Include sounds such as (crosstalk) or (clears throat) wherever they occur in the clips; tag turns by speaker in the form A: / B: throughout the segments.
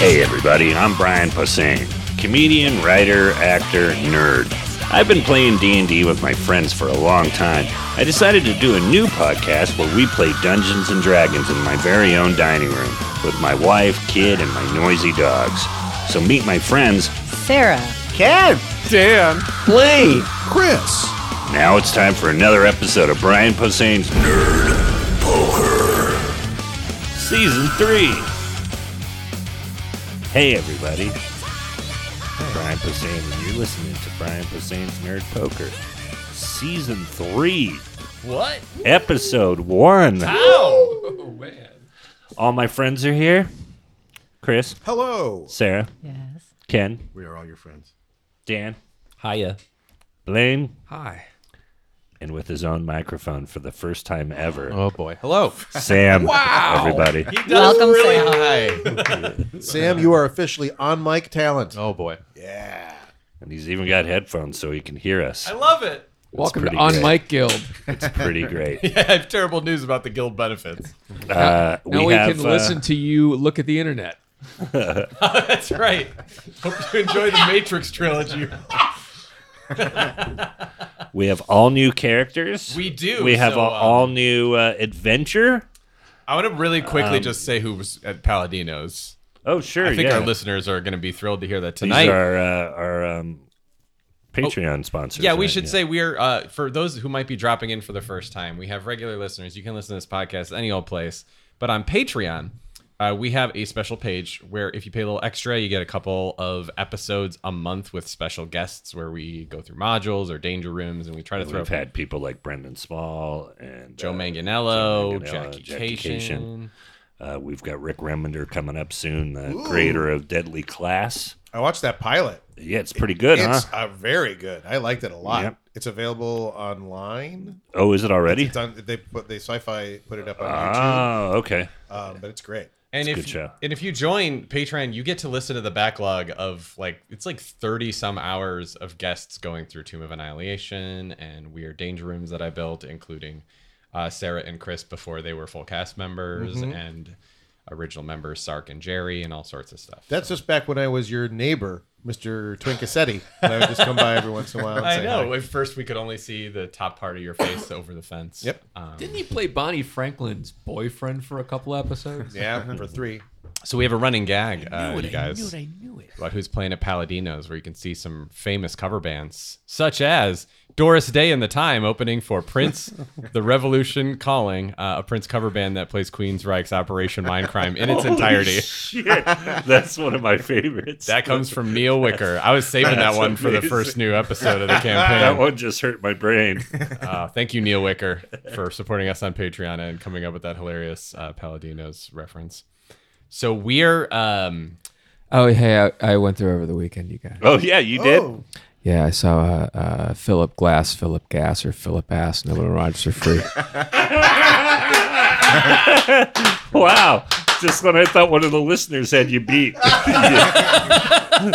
A: Hey, everybody, I'm Brian Posehn, comedian, writer, actor, nerd. I've been playing D&D with my friends for a long time. I decided to do a new podcast where we play Dungeons and Dragons in my very own dining room with my wife, kid, and my noisy dogs. So meet my friends.
B: Sarah.
C: Kev,
D: Dan.
C: Lee,
D: Chris.
A: Now it's time for another episode of Brian Posehn's Nerd Poker. Season 3. Hey, everybody. Brian Posehn, and you're listening to Brian Posehn's Nerd Poker. Season 3,
C: what?
A: Episode 1.
C: Ow!
A: All my friends are here Chris,
D: Hello.
A: Sarah,
B: Yes.
A: Ken,
D: We are all your friends.
A: Dan,
C: Hiya.
A: Blaine,
D: Hi.
A: and with his own microphone for the first time ever,
E: Oh boy. Hello.
C: (laughs)
A: Sam. Wow. Everybody.
B: Welcome, Sarah.
C: Hi.
E: Sam, you are officially on mic talent. Oh boy.
A: And he's even got headphones so he can hear us.
C: I love it.
F: Welcome to
A: pretty
F: On
A: great.
F: Mic Guild.
A: It's pretty
F: (laughs)
A: great.
C: (laughs) I have terrible news about the guild benefits.
A: Uh,
F: Now we,
A: have,
F: can
A: uh,
F: listen to you look at the internet.
C: That's right. (laughs) Hope you enjoy the Matrix trilogy.
A: we have all new characters.
C: (laughs) We do,
A: We have
C: so,
A: a-
C: um,
A: all new uh, adventure.
C: I want to really quickly just say who was at Paladino's.
A: Oh Um, sure,
C: I think
A: yeah.
C: our listeners are going to be thrilled to hear that
A: These
C: tonight. Oh,
A: are uh, our um, Patreon sponsors.
C: yeah, we
A: right?
C: should say we are uh, for those who might be dropping in for the first time. We have regular listeners. You can listen to this podcast any old place, but on Patreon, uh, we have a special page where if you pay a little extra, you get a couple of episodes a month with special guests where we go through modules or danger rooms and we try to throw
A: We've had people like Brendan Small and
C: Joe
A: uh,
C: Manganiello,
A: Joe Manganiello,
C: Jackie,
A: Jackie
C: Cation.
A: Uh, we've got Rick Remender coming up soon, the creator of Deadly Class.
E: I watched that pilot.
A: Yeah, it's pretty good,
E: it's
A: huh?
E: uh, very good. I liked it a lot.
A: Yep.
E: It's available online.
A: Oh, is it already?
E: It's on, they put they sci-fi put it up on
A: Oh, okay.
E: YouTube, um, but it's great.
C: And
A: It's a
C: if
A: good show.
C: and if you join Patreon, you get to listen to the backlog of like it's like thirty some hours of guests going through Tomb of Annihilation and weird danger rooms that I built, including uh, Sarah and Chris before they were full cast members and original members Sark and Jerry and all sorts of stuff.
E: That's just back when I was your neighbor, Mr. Twinkasetti. and I would just come by every once in a while. And
C: I
E: say
C: know.
E: Hi.
C: At first, we could only see the top part of your face over the fence.
E: Yep.
C: Um,
F: Didn't he play Bonnie Franklin's boyfriend for a couple episodes?
E: Yeah, for three.
C: so we have a running gag, uh, you guys.
F: I knew it.
C: about who's playing at Paladino's, where you can see some famous cover bands, such as Doris Day and the Time opening for Prince, The Revolution Calling, uh, a Prince cover band that plays Queensryche's Operation Mindcrime in its entirety.
A: Shit, that's one of my favorites.
C: That comes from Neil Wicker. I was saving that
A: That's
C: one for the
A: amazing.
C: first new episode of the
A: That
C: campaign.
A: one just hurt my brain.
C: Uh, thank you, Neil Wicker, for supporting us on Patreon and coming up with that hilarious uh, Paladino's reference. So we're um,
F: Oh, hey, I, I went through over the weekend, you guys.
A: Oh yeah, you did.
E: Oh,
F: Yeah, I saw uh, uh, Philip Glass, Philip Gas, or Philip Ass, and Evelyn Rogers for free.
A: Wow. Just when I thought one of the listeners had you
E: (laughs)
A: beat, you,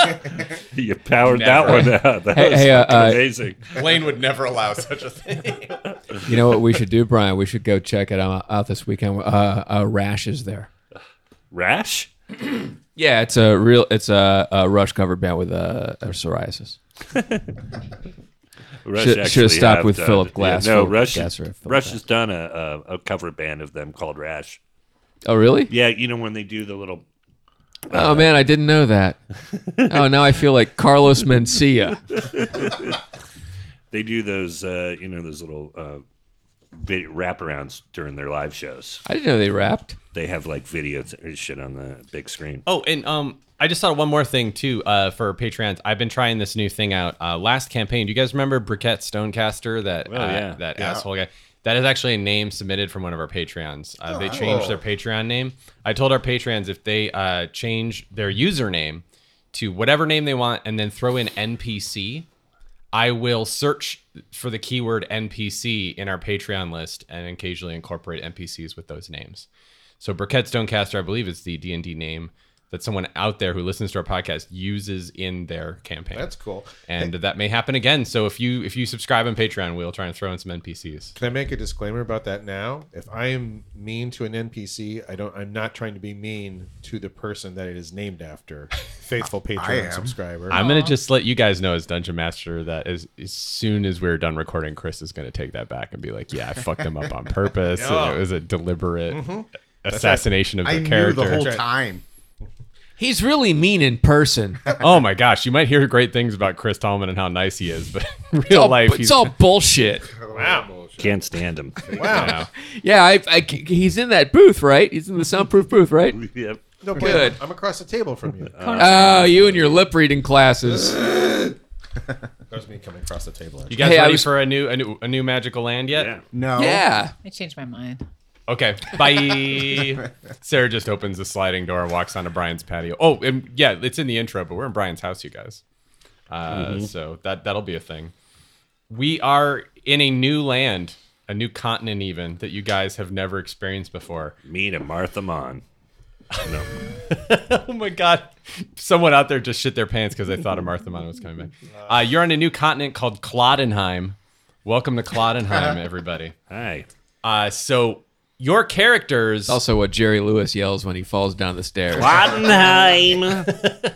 A: you powered that
C: Never.
A: one out. That
F: Hey,
A: was
F: hey, uh,
A: fucking
F: uh,
A: amazing.
C: Blaine would never allow such a thing.
F: you know what we should do, Brian? We should go check it out, out this weekend. Uh, uh, Rash is there.
A: Rash?
F: Yeah, it's a real, it's a, a Rush cover band with uh, uh, psoriasis.
A: Rush
F: Should- should've
A: actually
F: stopped with
A: done-
F: Philip Glass,
A: Yeah, no,
F: Philip
A: Rush.
F: Glass or Philip
A: Rush
F: Glass.
A: has done a, a, a cover band of them called Rash.
F: Oh, really?
A: Yeah, you know when they do the little.
F: Oh man, I didn't know that. oh, now I feel like Carlos Mencia.
A: They do those, uh, you know, those little uh, vid- wraparounds during their live shows.
F: I didn't know they rapped.
A: They have like videos and shit on the big screen.
C: Oh, and um, I just saw one more thing too. Uh, for Patreons, I've been trying this new thing out. Uh, last campaign, do you guys remember Briquette Stonecaster? That uh,
A: yeah.
C: that asshole guy. That is actually a name submitted from one of our Patreons. Uh, they changed their Patreon name. I told our Patreons if they uh, change their username to whatever name they want and then throw in NPC, I will search for the keyword NPC in our Patreon list and occasionally incorporate NPCs with those names. So Briquette Stonecaster, I believe, is the D and D name. that someone out there who listens to our podcast uses in their campaign.
E: That's cool.
C: and that may happen again. So if you if you subscribe on Patreon, we'll try and throw in some NPCs.
E: Can I make a disclaimer about that now? If I am mean to an NPC, I don't. I'm not trying to be mean to the person that it is named after,
D: (laughs)
E: faithful Patreon
D: am.
E: subscriber.
C: I'm gonna just let you guys know as Dungeon Master that as, as soon as we're done recording, Chris is gonna take that back and be like, "Yeah, I fucked them up
D: (laughs)
C: on purpose. And it was a deliberate assassination of
D: Mm-hmm. I
C: their
D: knew
C: character."
D: the whole time.
F: He's really mean in (laughs) person.
C: oh my gosh, you might hear great things about Chris Tallman and how nice he is, but (laughs) in real
F: all,
C: life,
F: it's all bullshit.
A: Can't stand him.
C: wow.
F: Yeah, I, I- he's in that booth, right? He's in the soundproof booth, right?
A: (laughs) yep.
E: no, wait,
F: Good.
E: I'm across the table from
A: (laughs)
E: you.
F: Oh, you and your lip reading classes.
E: that was me coming across the table.
C: You guys
F: Hey, I
C: ready
F: was-
C: for a new a new a new magical land yet?
A: Yeah.
D: No.
F: Yeah.
B: I changed my mind.
C: Okay, bye. Sarah just opens the sliding door and walks onto Brian's patio. Oh, and yeah, it's in the intro, but we're in Brian's house, you guys. Uh, So that that'll be a thing. We are in a new land, a new continent, even that you guys have never experienced before.
A: Meet a Martha Mon. No.
C: Oh my god! Someone out there just shit their pants because they thought a Martha Mon was coming back. Uh, you're on a new continent called Clodenheim. Welcome
A: (laughs)
C: to Clodenheim, everybody.
A: Hi.
C: Uh, so your characters
F: Also, what Jerry Lewis yells when he falls down the stairs.
A: (laughs) Bottenheim.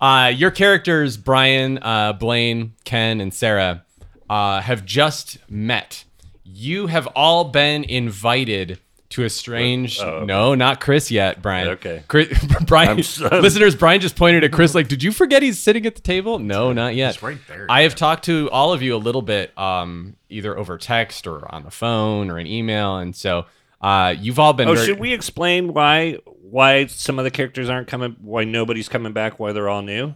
C: Uh, your characters, Brian, uh, Blaine, Ken, and Sarah, uh, have just met. You have all been invited to a strange. No, not Chris yet, Brian.
A: Oh, Okay.
C: Chris, (laughs) Brian,
A: I'm so-
C: listeners, Brian just pointed at Chris like, "Did you forget he's sitting at the table?" No, not yet.
D: right there.
C: I have talked to all of you a little bit, um, either over text or on the phone or an email, and so uh, you've all been.
A: Oh,
C: very-
A: should we explain why why some of the characters aren't coming? Why nobody's coming back? Why they're all new?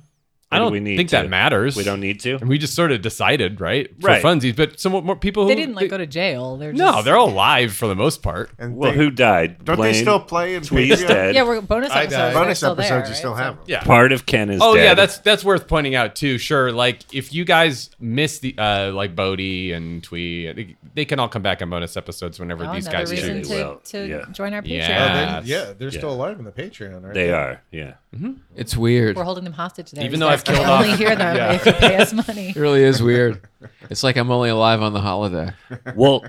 A: Or
C: I
A: do
C: don't
A: we need
C: think
A: to-
C: that matters.
A: We don't need to.
C: And we just sort of decided, right? For
A: Right.
C: funsies, but some more people who
B: They didn't like go to jail. They're just,
C: No, they're all alive for the most part.
D: And
A: Well,
D: they-
A: who died?
D: don't
A: Blaine?
D: they still play in
A: Tweet's
D: Patreon?
A: dead.
B: yeah. We're bonus
E: I
B: episodes.
E: died.
B: are
D: Bonus
B: still
D: episodes,
B: there,
D: you
B: right?
D: still
B: So-
D: have them.
C: Yeah.
A: Part of Ken is
C: Oh
A: dead.
C: yeah, that's that's worth pointing out too. Sure, like if you guys miss the uh like Bodie and Twee, they, they can all come back on bonus episodes whenever
B: Oh,
C: these
B: another
C: guys
B: reason
C: choose.
A: They
B: to,
A: will.
B: to
A: Yeah.
B: join our Patreon.
E: Oh,
C: Yeah.
E: they,
C: Yes.
E: yeah, they're still
A: Yeah.
E: alive in the Patreon, right?
A: They are. Yeah.
F: It's weird.
B: We're holding them hostage there. You
C: Even though
B: guys
C: I've
B: can
C: killed
B: only
C: off-
B: hear them
C: (laughs) Yeah.
B: if you pay us money.
C: (laughs)
F: It really is weird. It's like I'm only alive on the holiday.
C: (laughs)
A: Well,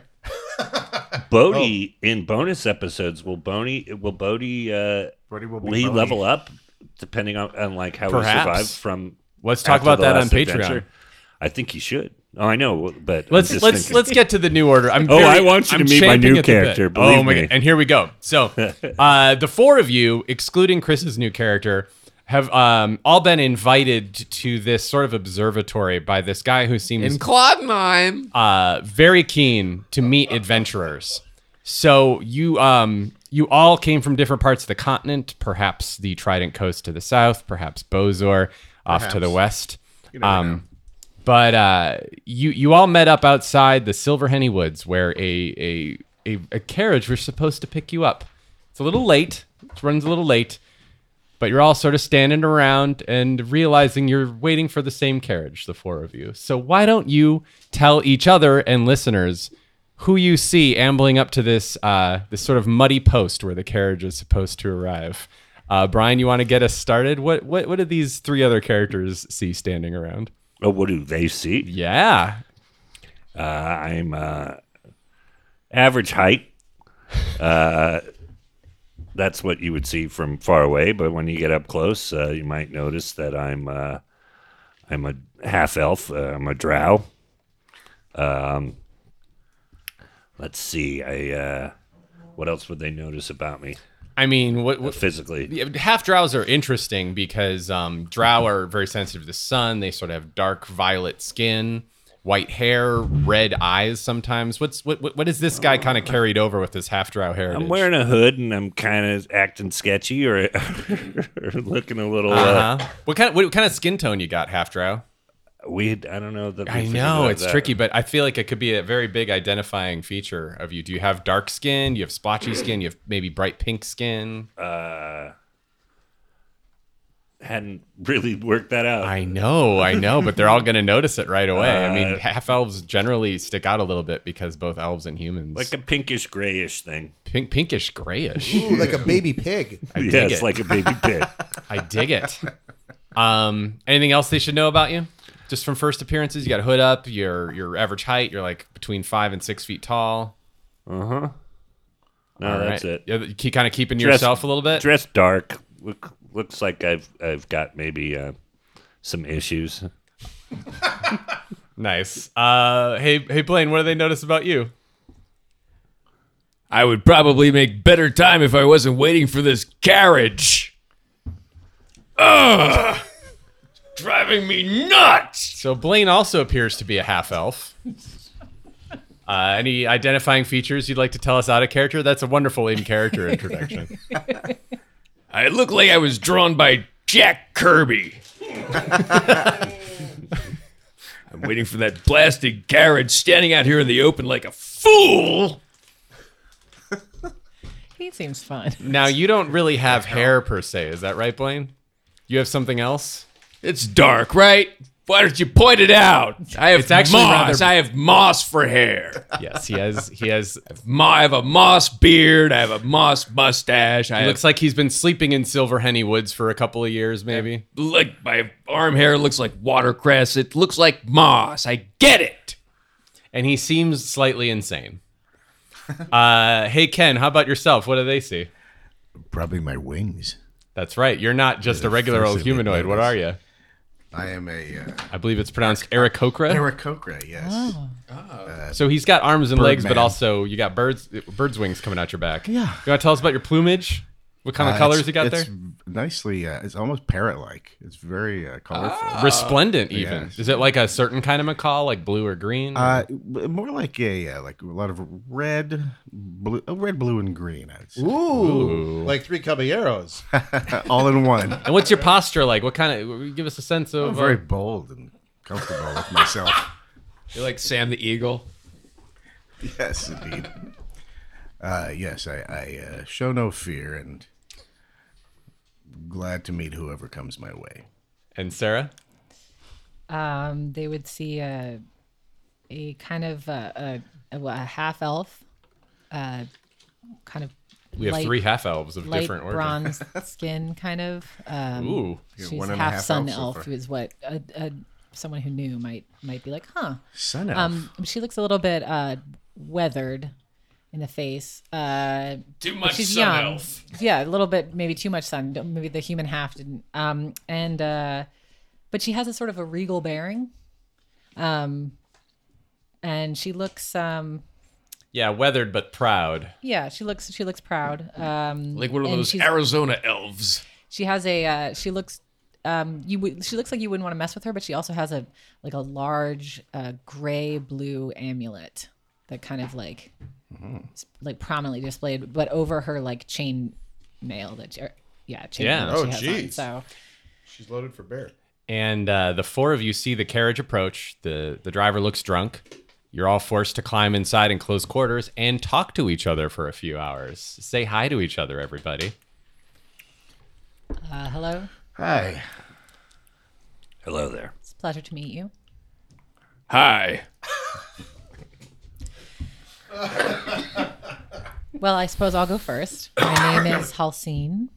A: Bodie
C: Oh.
A: in bonus episodes will Bodie will Bodie uh,
D: Brody will be
A: will he
D: Bodie.
A: level up depending on, on like how
C: Perhaps.
A: he survived from.
C: Let's talk
A: after
C: about
A: the
C: that on
A: last
C: Patreon.
A: adventure? I think he should. Oh, I know, but I'm
C: Let's
A: just
C: let's
A: thinking-
C: let's get to the new order. I'm
A: (laughs) Oh,
C: very-
A: I want you
C: I'm
A: to meet my
C: champing
A: new
C: at the bit.
A: character, believe
C: oh my
A: me.
C: god! And here we go.
A: (laughs)
C: So, uh, the four of you, excluding Chris's new character, have um, all been invited to this sort of observatory by this guy who seems
F: In Clodenheim.
C: uh, very keen to meet adventurers. So you um you all came from different parts of the continent, perhaps the Trident Coast to the south, perhaps Bozor off to the west. um, But uh, you you all met up outside the Silverhenny Woods, where a a a, a carriage was supposed to pick you up. It's a little late. It runs a little late. But you're all sort of standing around and realizing you're waiting for the same carriage, the four of you. So why don't you tell each other and listeners who you see ambling up to this uh, this sort of muddy post where the carriage is supposed to arrive? Uh, Brian, you want to get us started? What what what do these three other characters see standing around?
A: Oh, what do they see?
C: Yeah,
A: Uh, I'm uh, average height. Uh, that's what you would see from far away, but when you get up close, uh, you might notice that I'm uh, I'm a half elf. Uh, I'm a drow. Um, let's see. I uh, what else would they notice about me
C: I mean, what, what
A: physically?
C: Yeah, half drows are interesting because um, drow are very sensitive to the sun. They sort of have dark violet skin, white hair, red eyes. Sometimes, what's what? What, what is this guy kind of carried over with his half drow heritage?
A: I'm wearing a hood and I'm kind of acting sketchy or, (laughs) or looking a little. uh
C: Uh-huh. What kind of what kind of skin tone you got, half drow?
A: weird. I don't know. That we
C: I
A: figured
C: know
A: out
C: it's
A: that.
C: tricky, but I feel like it could be a very big identifying feature of you. Do you have dark skin? Do you have splotchy skin? Do you have maybe bright pink skin?
A: hadn't really worked that out.
C: I know, I know, but they're all going to notice it right away. I
A: Uh,
C: mean, half elves generally stick out a little bit because both elves and humans
A: like a pinkish grayish thing.
C: pink, pinkish grayish.
G: Ooh,
A: (laughs)
G: like a baby pig.
C: I
A: yeah,
C: dig
A: it's
C: it.
A: like a
C: (laughs)
A: baby pig.
C: I dig it. Um, anything else they should know about you? Just from first appearances, you got hood up. Your your average height, you're like between five and six feet tall.
A: No,
C: All
A: that's
C: right.
A: it.
C: Yeah, you kind of keeping
A: Dress-
C: yourself a little bit.
A: Dressed dark. Look, looks like I've I've got maybe uh, some issues.
C: nice. Uh, hey hey Blaine, what do they notice about you?
F: I would probably make better time if I wasn't waiting for this carriage. Ugh! Driving me nuts!
C: So Blaine also appears to be a
A: (laughs)
C: half elf. Uh, any identifying features you'd like to tell us out of character? That's a wonderful in
A: (laughs)
C: character introduction.
F: I look like I was drawn by Jack Kirby. I'm waiting for that blasted carriage standing out here in the open like a fool.
B: He seems fun.
C: now you don't really have hair per se, is that right, Blaine? You have something else?
F: It's dark, right? Why don't you point it out? I have
C: It's actually
F: moss.
C: rather-
G: (laughs)
F: I have moss for hair.
C: Yes, he has. He has.
F: Ma- I have a moss beard. I have a moss mustache. I
C: It
F: have
C: (laughs) looks like he's been sleeping in Silver Henny Woods for a couple of years, maybe.
F: like my arm hair looks like watercress. It looks like moss. I get it.
C: And he seems slightly insane. (laughs) Uh, hey Ken, how about yourself? What do they see?
G: Probably my wings.
C: That's right. You're not just a regular old
G: first thing they
C: humanoid. What
G: notice.
C: are you?
G: I am a uh,
C: I believe it's pronounced Aarakocra.
G: Aarakocra, yes.
C: So he's got arms and legs, but
G: Birdman.
C: also you got birds birds wings coming out your back. Yeah. You want to tell us about your plumage? What kind
G: Uh,
C: of colors
G: it's-
C: you got there?
G: it's Nicely, uh, it's almost parrot-like. It's very uh, colorful.
C: Ah. Resplendent, even.
G: yes.
C: Is it like a certain kind of macaw, like blue or green?
G: Uh, w- more like a uh, like a lot of red, blue, uh, red, blue, and green. I would say. Uh,
E: Ooh, like
D: (laughs)
E: three caballeros.
G: All in one.
C: and what's your posture like? What kind of? Give us a sense of.
G: I'm
C: uh,
G: very bold and comfortable with myself.
F: You're like Sam the Eagle.
G: (laughs) Yes, indeed. Uh, yes, I, I uh, show no fear and glad to meet whoever comes my way.
C: and Sarah.
B: Um, they would see a, a kind of a, a, a half elf, uh, kind of
C: We have
B: light,
C: three half elves of
B: light
C: different origins. (laughs)
B: bronze skin, kind of. Um,
C: Ooh.
B: she's half,
G: one and a half
B: sun
G: elf so
B: elf,
G: far.
B: who is what a, a, someone who knew might might be like, huh?
G: Sun elf.
B: Um, she looks a little bit uh, weathered in the face. Uh,
F: Too
B: but
F: much
B: she's
F: sun
B: young.
F: elf.
B: Yeah, a little bit, maybe too much sun. Don't- Maybe the human half didn't. Um, and uh, but she has a sort of a regal bearing. Um, and she looks, um,
C: Yeah, weathered but proud.
B: yeah, she looks, she looks proud. Um,
F: Like one of
B: and
F: those
B: she's-
F: Arizona elves.
B: she has a uh, she looks um you would she looks like you wouldn't want to mess with her but she also has a like a large uh gray blue amulet that kind of like s- like prominently displayed but over her like chain mail that she, or, yeah chain
C: Yeah.
B: mail that
E: Oh,
B: she has on.
E: jeez.
B: so
E: She's loaded for bear.
C: And uh, the four of you see the carriage approach. The the driver looks drunk. You're all forced to climb inside in close quarters and talk to each other for a few hours. Say hi to each other, everybody.
B: uh, hello
G: Hi.
A: Hello there.
B: it's a pleasure to meet you
F: Hi.
B: well i suppose i'll go first my name
E: (coughs)
B: is halcine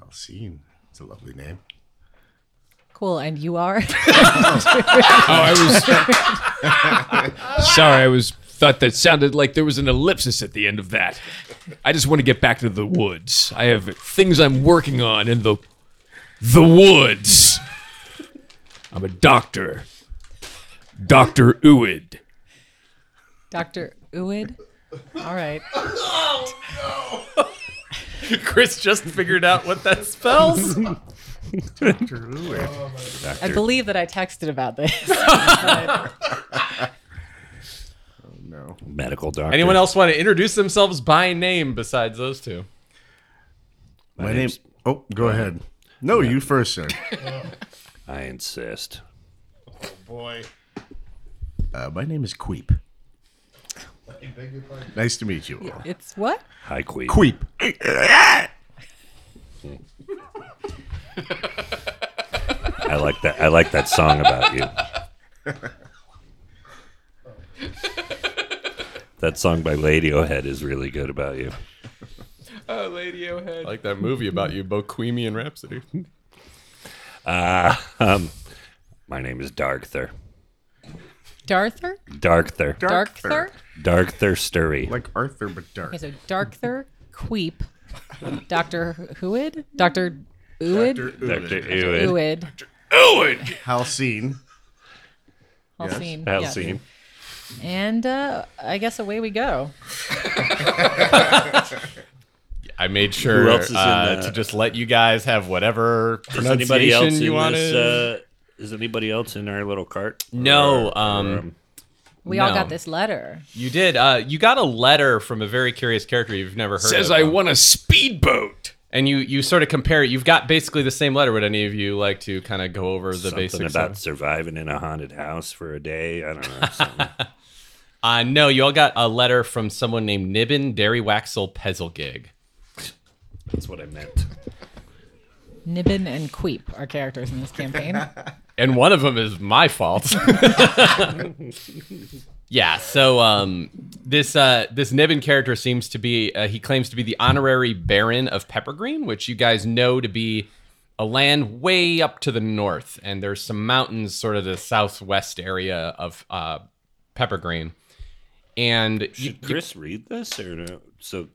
G: Halcyon. It's a lovely name.
B: cool and you are (laughs)
F: Oh, I was (laughs) sorry. I was thought that sounded like there was an ellipsis at the end of that. I just want to get back to the woods. I have things I'm working on in the the woods. I'm a doctor, Doctor Uid.
B: dr uid all right
C: Chris just figured out what that spells.
B: i believe that i texted about
E: (laughs)
B: this
A: Medical doctor.
C: (laughs) Anyone else want to introduce themselves by name besides those two?
G: My, name. Oh, go ahead. No, you
F: (laughs)
G: first, sir.
A: I insist.
E: Boy.
G: Uh, my name is Queep. Nice to meet you all.
B: it's what
F: (laughs)
A: Hi, Queen.
G: Queep.
A: I like that. I like that song about you. That song by Radiohead is really good about you.
C: Oh, Ladyohead. I like that movie about you, Bohemian Rhapsody.
A: My name is Darkther.
B: Darther?
A: Darkther.
B: Darkther?
A: Darkther Sturry.
G: Like Arthur, but dark.
B: Okay, so Darkther, Queep, Dr. Huid? Dr. Uid?
A: Dr. Ewan.
B: Uid.
G: Halcyon.
B: Halcyon.
A: I've
B: yeah.
A: seen.
B: And uh, I guess away we go.
C: I made sure
A: else is in
C: uh,
A: the-
C: to just let you guys have whatever
A: Is anybody else
C: pronunciation
A: in
C: you wanted.
A: this? Uh, is anybody else in our little cart?
C: No,
A: Or-
C: um,
A: or,
B: We all
C: No.
B: got this letter.
C: you did. Uh, you got a letter from a very curious character you've never heard
F: Says
C: of.
F: I want a speedboat.
C: and you you sort of compare it. You've got basically the same letter. Would any of you like to kind of go over the
A: something
C: basics?
A: about
C: of-
A: surviving in a haunted house for a day. I
C: (laughs)
A: don't know. Something.
C: Uh, no, you all got a letter from someone named Nibbin Dairy Waxel Pezzlegig.
A: That's what I meant.
B: Nibbin and Queep are characters in this campaign.
C: and one of them is
A: (laughs)
C: my fault. yeah, so um, this uh, this Nibbin character seems to be uh, he claims to be the honorary Baron of Peppergreen, which you guys know to be a land way up to the north, and there's some mountains sort of the southwest area of uh, Peppergreen. And you,
A: Should Chris read this or no? So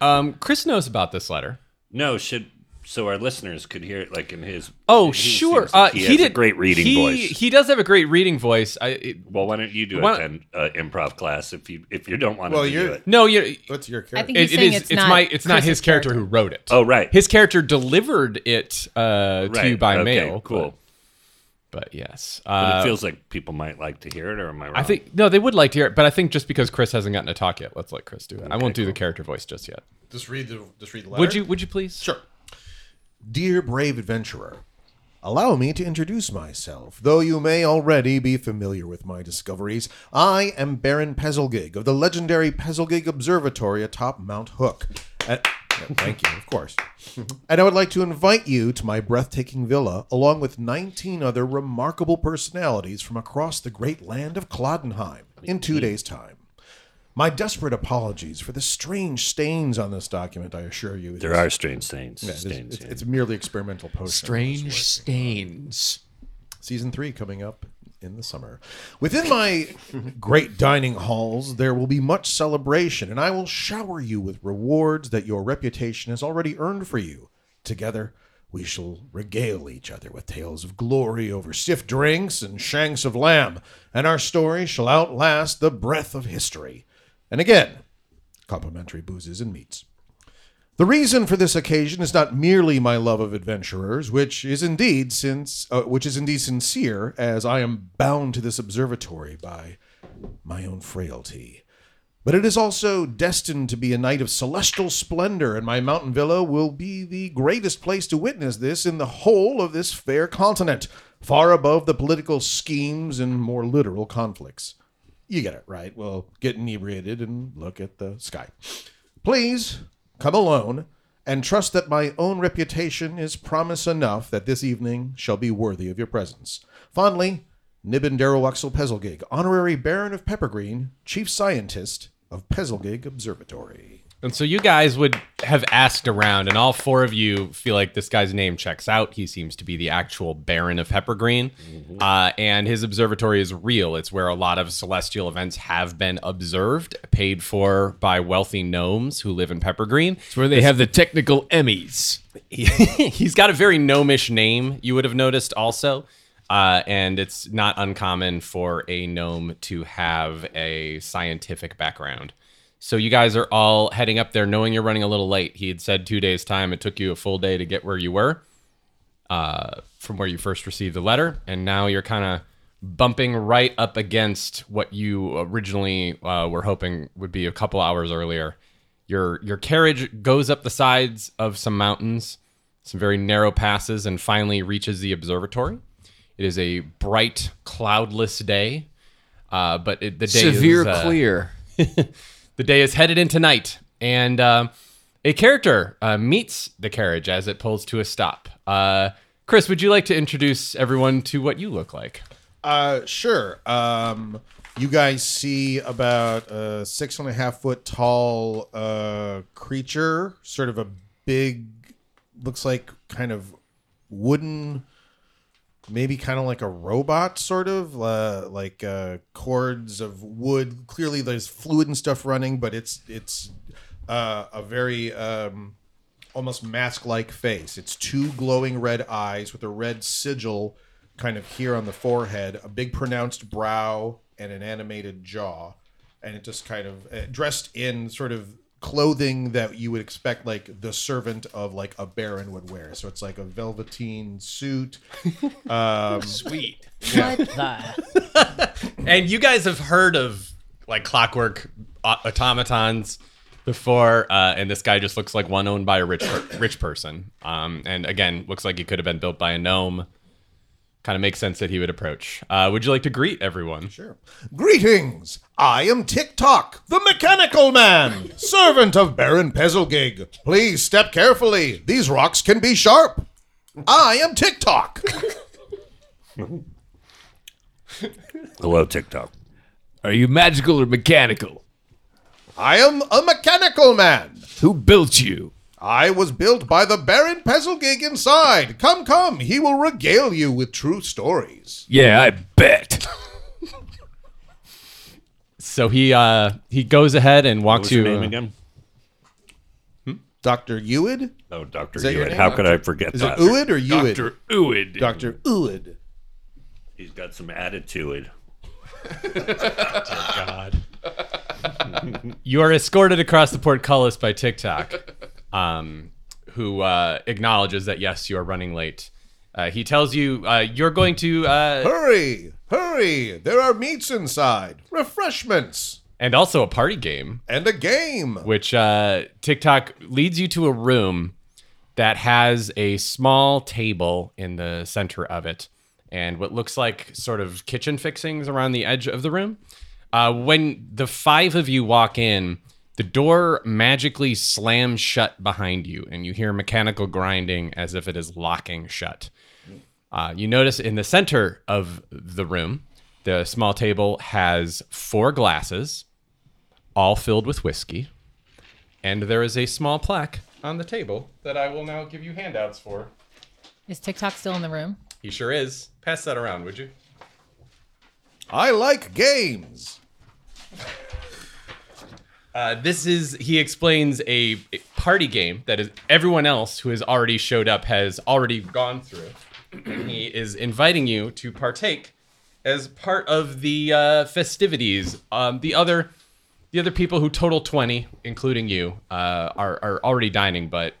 C: um, Chris knows about this letter.
A: no, should so our listeners could hear it like in his.
C: Oh,
A: he
C: sure.
A: seems
C: Uh,
A: like he,
C: he,
A: has
C: did
A: a great reading
C: he-
A: voice.
C: He does have a great reading voice. I, it,
A: well, why don't you do
C: Why-
A: it then? Uh, improv class, if you if you don't want
E: Well,
A: to do
E: you're-
A: it.
C: no, you're.
E: What's your
B: I
E: character?
B: think he's saying it's, not
C: my it's not
B: Chris's
C: his character, who wrote it.
A: Oh, right.
C: his character delivered it uh, to you
A: Right,
C: by
A: okay,
C: mail.
A: cool.
C: but, but yes,
A: But
C: uh,
A: it feels like people might like to hear it, or am I wrong?
C: I think no, they would like to hear it. But I think just because Chris hasn't gotten to talk yet, let's let Chris do it. I won't do the character voice just yet.
E: Just read the just read the letter.
C: Would you? Would you please?
E: Sure. Dear brave adventurer, allow me to introduce myself. Though you may already be familiar with my discoveries, I am Baron Pezzlegig of the legendary Pezzlegig Observatory atop Mount Hook. And- Yeah, thank you,
A: (laughs)
E: of course. and I would like to invite you to my breathtaking villa, along with 19 other remarkable personalities from across the great land of Clodenheim, in two days' time. My desperate apologies for the strange stains on this document, I assure you. it
A: there
E: is-
A: are strange stains.
E: it's,
A: stains
E: it's-
A: yeah.
E: it's merely experimental post.
F: Strange stains.
E: Season three coming up in the summer. Within
A: (laughs)
E: my great dining halls, there will be much celebration, and I will shower you with rewards that your reputation has already earned for you. Together, we shall regale each other with tales of glory over stiff drinks and shanks of lamb, and our story shall outlast the breath of history. And again, complimentary boozes and meats. The reason for this occasion is not merely my love of adventurers, which is indeed since uh, which is indeed sincere, as I am bound to this observatory by my own frailty. But it is also destined to be a night of celestial splendor, and my mountain villa will be the greatest place to witness this in the whole of this fair continent, far above the political schemes and more literal conflicts. You get it, right? Well, get inebriated and look at the sky. Please come alone and trust that my own reputation is promise enough that this evening shall be worthy of your presence. Fondly, Nibin Darowaxel Pezzlegig, Honorary Baron of Peppergreen, Chief Scientist of Pezzlegig Observatory.
C: And so you guys would have asked around, and all four of you feel like this guy's name checks out. He seems to be the actual Baron of Peppergreen, uh, and his observatory is real. It's where a lot of celestial events have been observed, paid for by wealthy gnomes who live in Peppergreen.
F: It's where they have the technical Emmys.
C: (laughs) He's got a very gnomish name, you would have noticed also. Uh, and it's not uncommon for a gnome to have a scientific background. So you guys are all heading up there knowing you're running a little late. He had said two days' time. It took you a full day to get where you were uh, from where you first received the letter. And now you're kind of bumping right up against what you originally uh, were hoping would be a couple hours earlier. Your, your carriage goes up the sides of some mountains some very narrow passes, and finally reaches the observatory. It is a bright, cloudless day, uh, but it, the day
F: Severe
C: is, uh,
F: clear.
C: the day is headed into night, and um A character uh, meets the carriage as it pulls to a stop. Uh, Chris, would you like to introduce everyone to what you look like?
E: Uh, sure. Um, you guys see about a six and a half foot tall uh, creature, sort of a big, looks like kind of wooden, maybe kind of like a robot, sort of uh, like uh, cords of wood. Clearly, there's fluid and stuff running, but it's it's uh, a very um, almost mask-like face. It's two glowing red eyes with a red sigil kind of here on the forehead, a big pronounced brow and an animated jaw, and it just kind of uh, dressed in sort of clothing that you would expect like the servant of like a baron would wear. So it's like a velveteen suit.
C: Sweet.
B: What the?
C: And you guys have heard of like clockwork au- automatons before, uh, and this guy just looks like one owned by a rich per- rich person. Um, and again, looks like he could have been built by a gnome. Kind of makes sense that he would approach. Uh, would you like to greet everyone?
E: Sure. Greetings. I am TikTok, the mechanical man, servant of Baron Pezelgig. Please step carefully. These rocks can be sharp. I am TikTok.
A: Hello, TikTok.
F: Are you magical or mechanical?
E: I am a mechanical man.
F: Who built you?
E: I was built by the Baron Pezelgig inside. Come, come, he will regale you with true stories.
F: Yeah, I bet.
C: So he uh, he goes ahead and
A: What
C: walks
A: was
C: you. uh,
A: your name
E: uh,
A: again?
E: Dr. Ewid?
A: Oh, Dr.
E: that your
A: Hewitt.
E: name?
A: How could I forget
E: Is
A: that?
E: it Ewid or Ewid?
F: Dr. Uid.
E: Dr. Ewid.
A: He's got some attitude.
C: You are escorted across the portcullis by TikTok, (laughs) um, who uh, acknowledges that yes, you are running late. Uh, he tells you uh, you're going to, uh,
E: Hurry, hurry, there are meats inside, refreshments,
C: and also a party game,
E: and a game.
C: which uh, TikTok leads you to a room that has a small table in the center of it, and what looks like sort of kitchen fixings around the edge of the room. Uh, when the five of you walk in, the door magically slams shut behind you, and you hear mechanical grinding as if it is locking shut. Uh, you notice in the center of the room, the small table has four glasses, all filled with whiskey, and there is a small plaque on the table that I will now give you handouts for.
B: Is TikTok still in the room?
C: He sure is. Pass that around, would you?
E: I like games.
C: Uh, this is he explains a a party game that is everyone else who has already showed up has already gone through. And he is inviting you to partake as part of the uh, festivities. Um, the other the other people who total twenty, including you, uh, are are already dining, but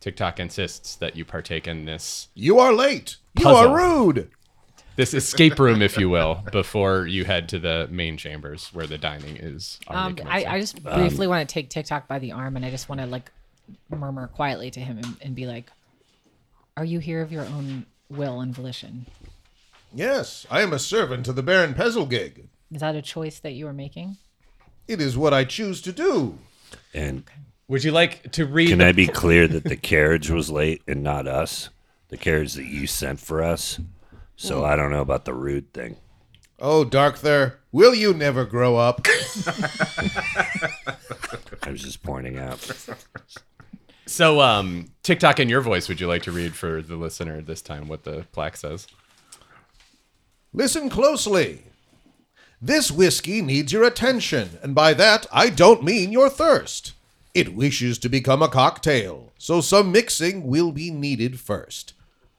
C: TikTok insists that you partake in this
E: You are late. You
C: Puzzle.
E: are rude.
C: this escape room, if you will, before you head to the main chambers where the dining is. already
B: Um, I,
C: commencing.
B: I just briefly want to take TikTok by the arm and I just want to like murmur quietly to him and, and be like, Are you here of your own will and volition?
E: Yes, I am a servant to the Baron Pezelgig.
B: Is that a choice that you are making?
E: It is what I choose to do.
A: And
C: Would you like to read?
A: can
C: the-
A: I be clear that the carriage was late and not us? The carriage that you sent for us? So I don't know about the rude thing.
E: Oh, Darkther, will you never grow up?
A: I was just pointing out.
C: so, um, TikTok in your voice, would you like to read for the listener this time what the plaque says?
E: Listen closely. This whiskey needs your attention, and by that I don't mean your thirst. It wishes to become a cocktail, so some mixing will be needed first.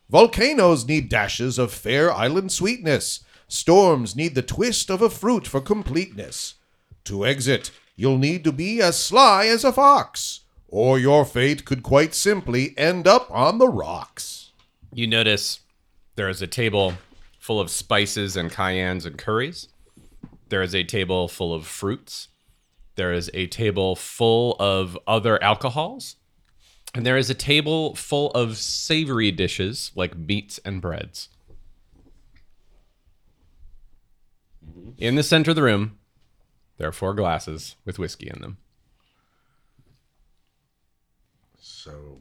E: Volcanoes need dashes of fair island sweetness. Storms need the twist of a fruit for completeness. To exit, you'll need to be as sly as a fox, or your fate could quite simply end up on the rocks.
C: You notice there is a table full of spices and cayennes and curries. There is a table full of fruits. There is a table full of other alcohols. And there is a table full of savory dishes like meats and breads. In the center of the room, there are four glasses with whiskey in them.
G: So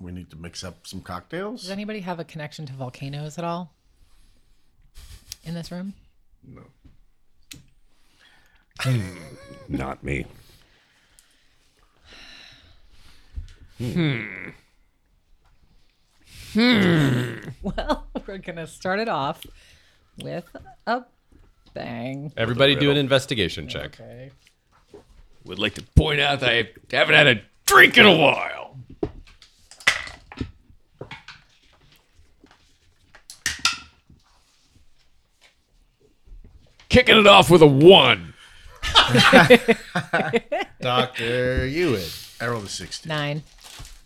G: we need to mix up some cocktails.
B: Does anybody have a connection to volcanoes at all in this room?
G: No.
A: Not me.
B: (laughs) Well, we're going to start it off with a bang.
C: Everybody do an investigation check.
B: Okay.
F: Would like to point out that I haven't had a drink in a while. Kicking it off with a one.
E: Doctor Ewan.
G: I rolled a 16.
B: Nine.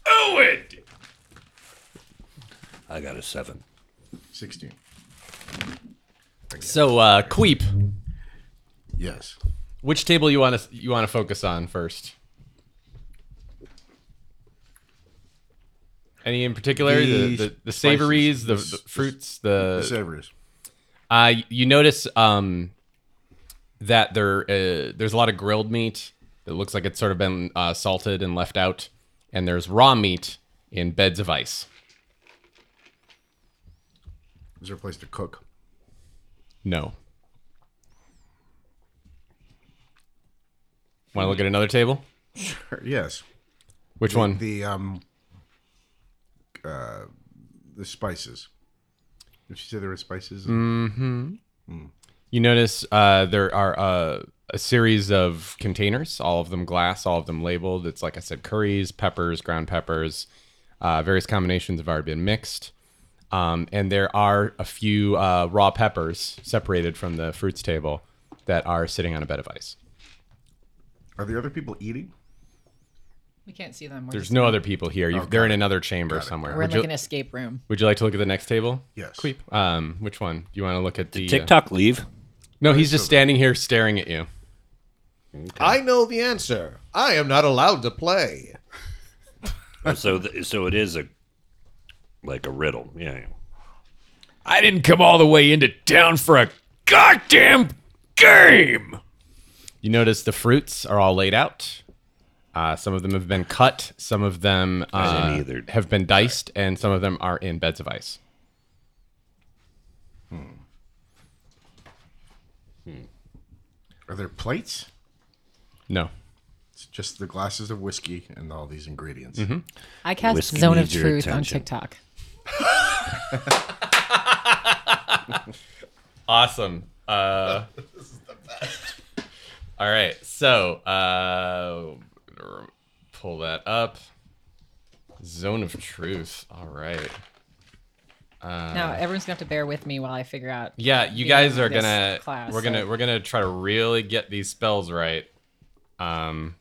F: Owen!
A: I got a seven.
G: 16.
C: So, uh, Queep,
G: Yes.
C: which table you want to you want to focus on first? Any in particular? The,
G: The
C: the, the
G: spices.
C: savories, the, the fruits,
G: The
C: the
G: Severus.
C: uh, you notice um, that there uh, there's a lot of grilled meat. It looks like it's sort of been uh, salted and left out, and there's raw meat in beds of ice.
G: Is there a place to cook?
C: No. Want to look at another table?
G: Yes.
C: Which one?
G: The um uh the spices. Did she say there were spices?
C: You notice uh, there are uh, a series of containers, all of them glass, all of them labeled. It's like I said, curries, peppers, ground peppers, uh, various combinations have already been mixed. Um, and there are a few uh, raw peppers separated from the fruits table that are sitting on a bed of ice.
G: Are the other people eating?
B: We can't see them. We're
C: There's
B: just-
C: no other people here. You, they're in another chamber somewhere.
B: We're in
C: Would
B: like
C: you,
B: an escape room.
C: would you like to look at the next table?
G: Yes.
C: Queep. Um, which one? You want to look at the uh,
A: TikTok leave.
C: no, he's just standing here staring at you.
E: I know the answer. I am not allowed to play.
A: Oh, so th- so it is a like a riddle. Yeah. yeah.
F: I didn't come all the way into town for a goddamn game.
C: You notice the fruits are all laid out. Uh, some of them have been cut, some of them uh,
A: didn't either.
C: have been diced, and some of them are in beds of ice.
G: Are there plates?
C: No.
G: It's just the glasses of whiskey and all these ingredients.
F: Mm-hmm.
B: I cast
A: Whiskey
B: Zone of
A: needs your
B: Truth on
A: attention.
B: TikTok.
C: Awesome.
B: (laughs)
C: Uh, all right. So uh, pull that up. Zone of truth. All right.
A: Uh,
B: now, everyone's going to have to bear with me while I figure out.
C: Yeah, you
B: the
C: guys
B: name
C: are
B: of this
C: gonna.
B: class,
C: we're
B: so-
C: gonna. We're gonna try to really get these spells right. Um,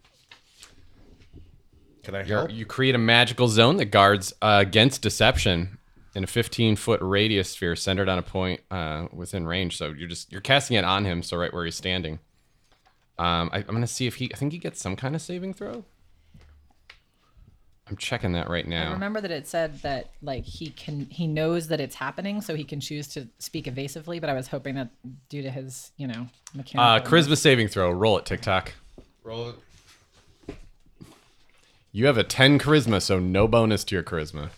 E: Can I
C: You're-
E: help?
C: you create a magical zone that guards uh, against deception in a 15 foot radius sphere centered on a point uh, within range. So you're just you're casting it on him, so right where he's standing. Um, I, I'm gonna see if he. I think he gets some kind of saving throw. I'm checking that right now.
B: Remember that it said that like he can he knows that it's happening, so he can choose to speak evasively. But I was hoping that due to his you know mechanical
C: Uh, charisma saving throw. Roll it, TikTok.
D: Roll it.
C: You have a 10 charisma, so no bonus to your charisma.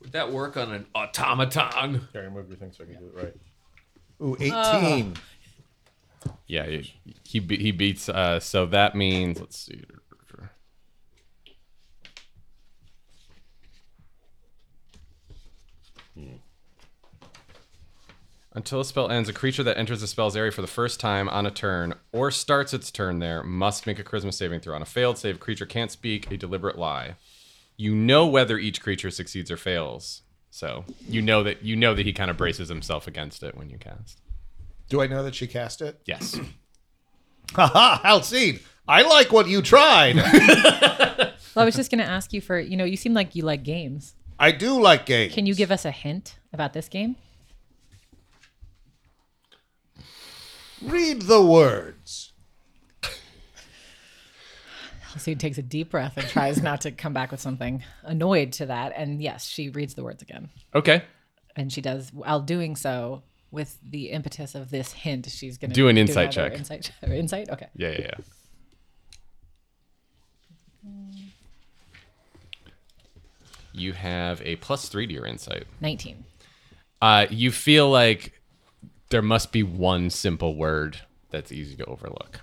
F: Would that work on an automaton?
E: Here, I move your thing so I can do it right. Ooh, 18.
C: Yeah, he he, be- he beats. Uh, so that means let's see. Until a spell ends, a creature that enters the spell's area for the first time on a turn or starts its turn there must make a charisma saving throw. On a failed save, creature can't speak a deliberate lie. You know whether each creature succeeds or fails, so you know that you know that he kind of braces himself against it when you cast.
E: Do I know that she cast it? (laughs)
C: Yes. (clears throat)
E: Haha, Halcine, I like what you tried.
B: Well, I was just going to ask you for you know you seem like you like games.
E: I do like games.
B: Can you give us a hint about this game?
E: read the words?
B: So he takes a deep breath and tries not to come back with something annoyed to that. And yes, she reads the words again.
C: Okay.
B: and she does while doing so with the impetus of this hint she's going to
C: Do an insight check.
B: (laughs) insight check- or insight okay
C: Yeah, yeah, yeah. You have a plus three to your insight.
B: 19.
C: Uh, you feel like there must be one simple word that's easy to overlook.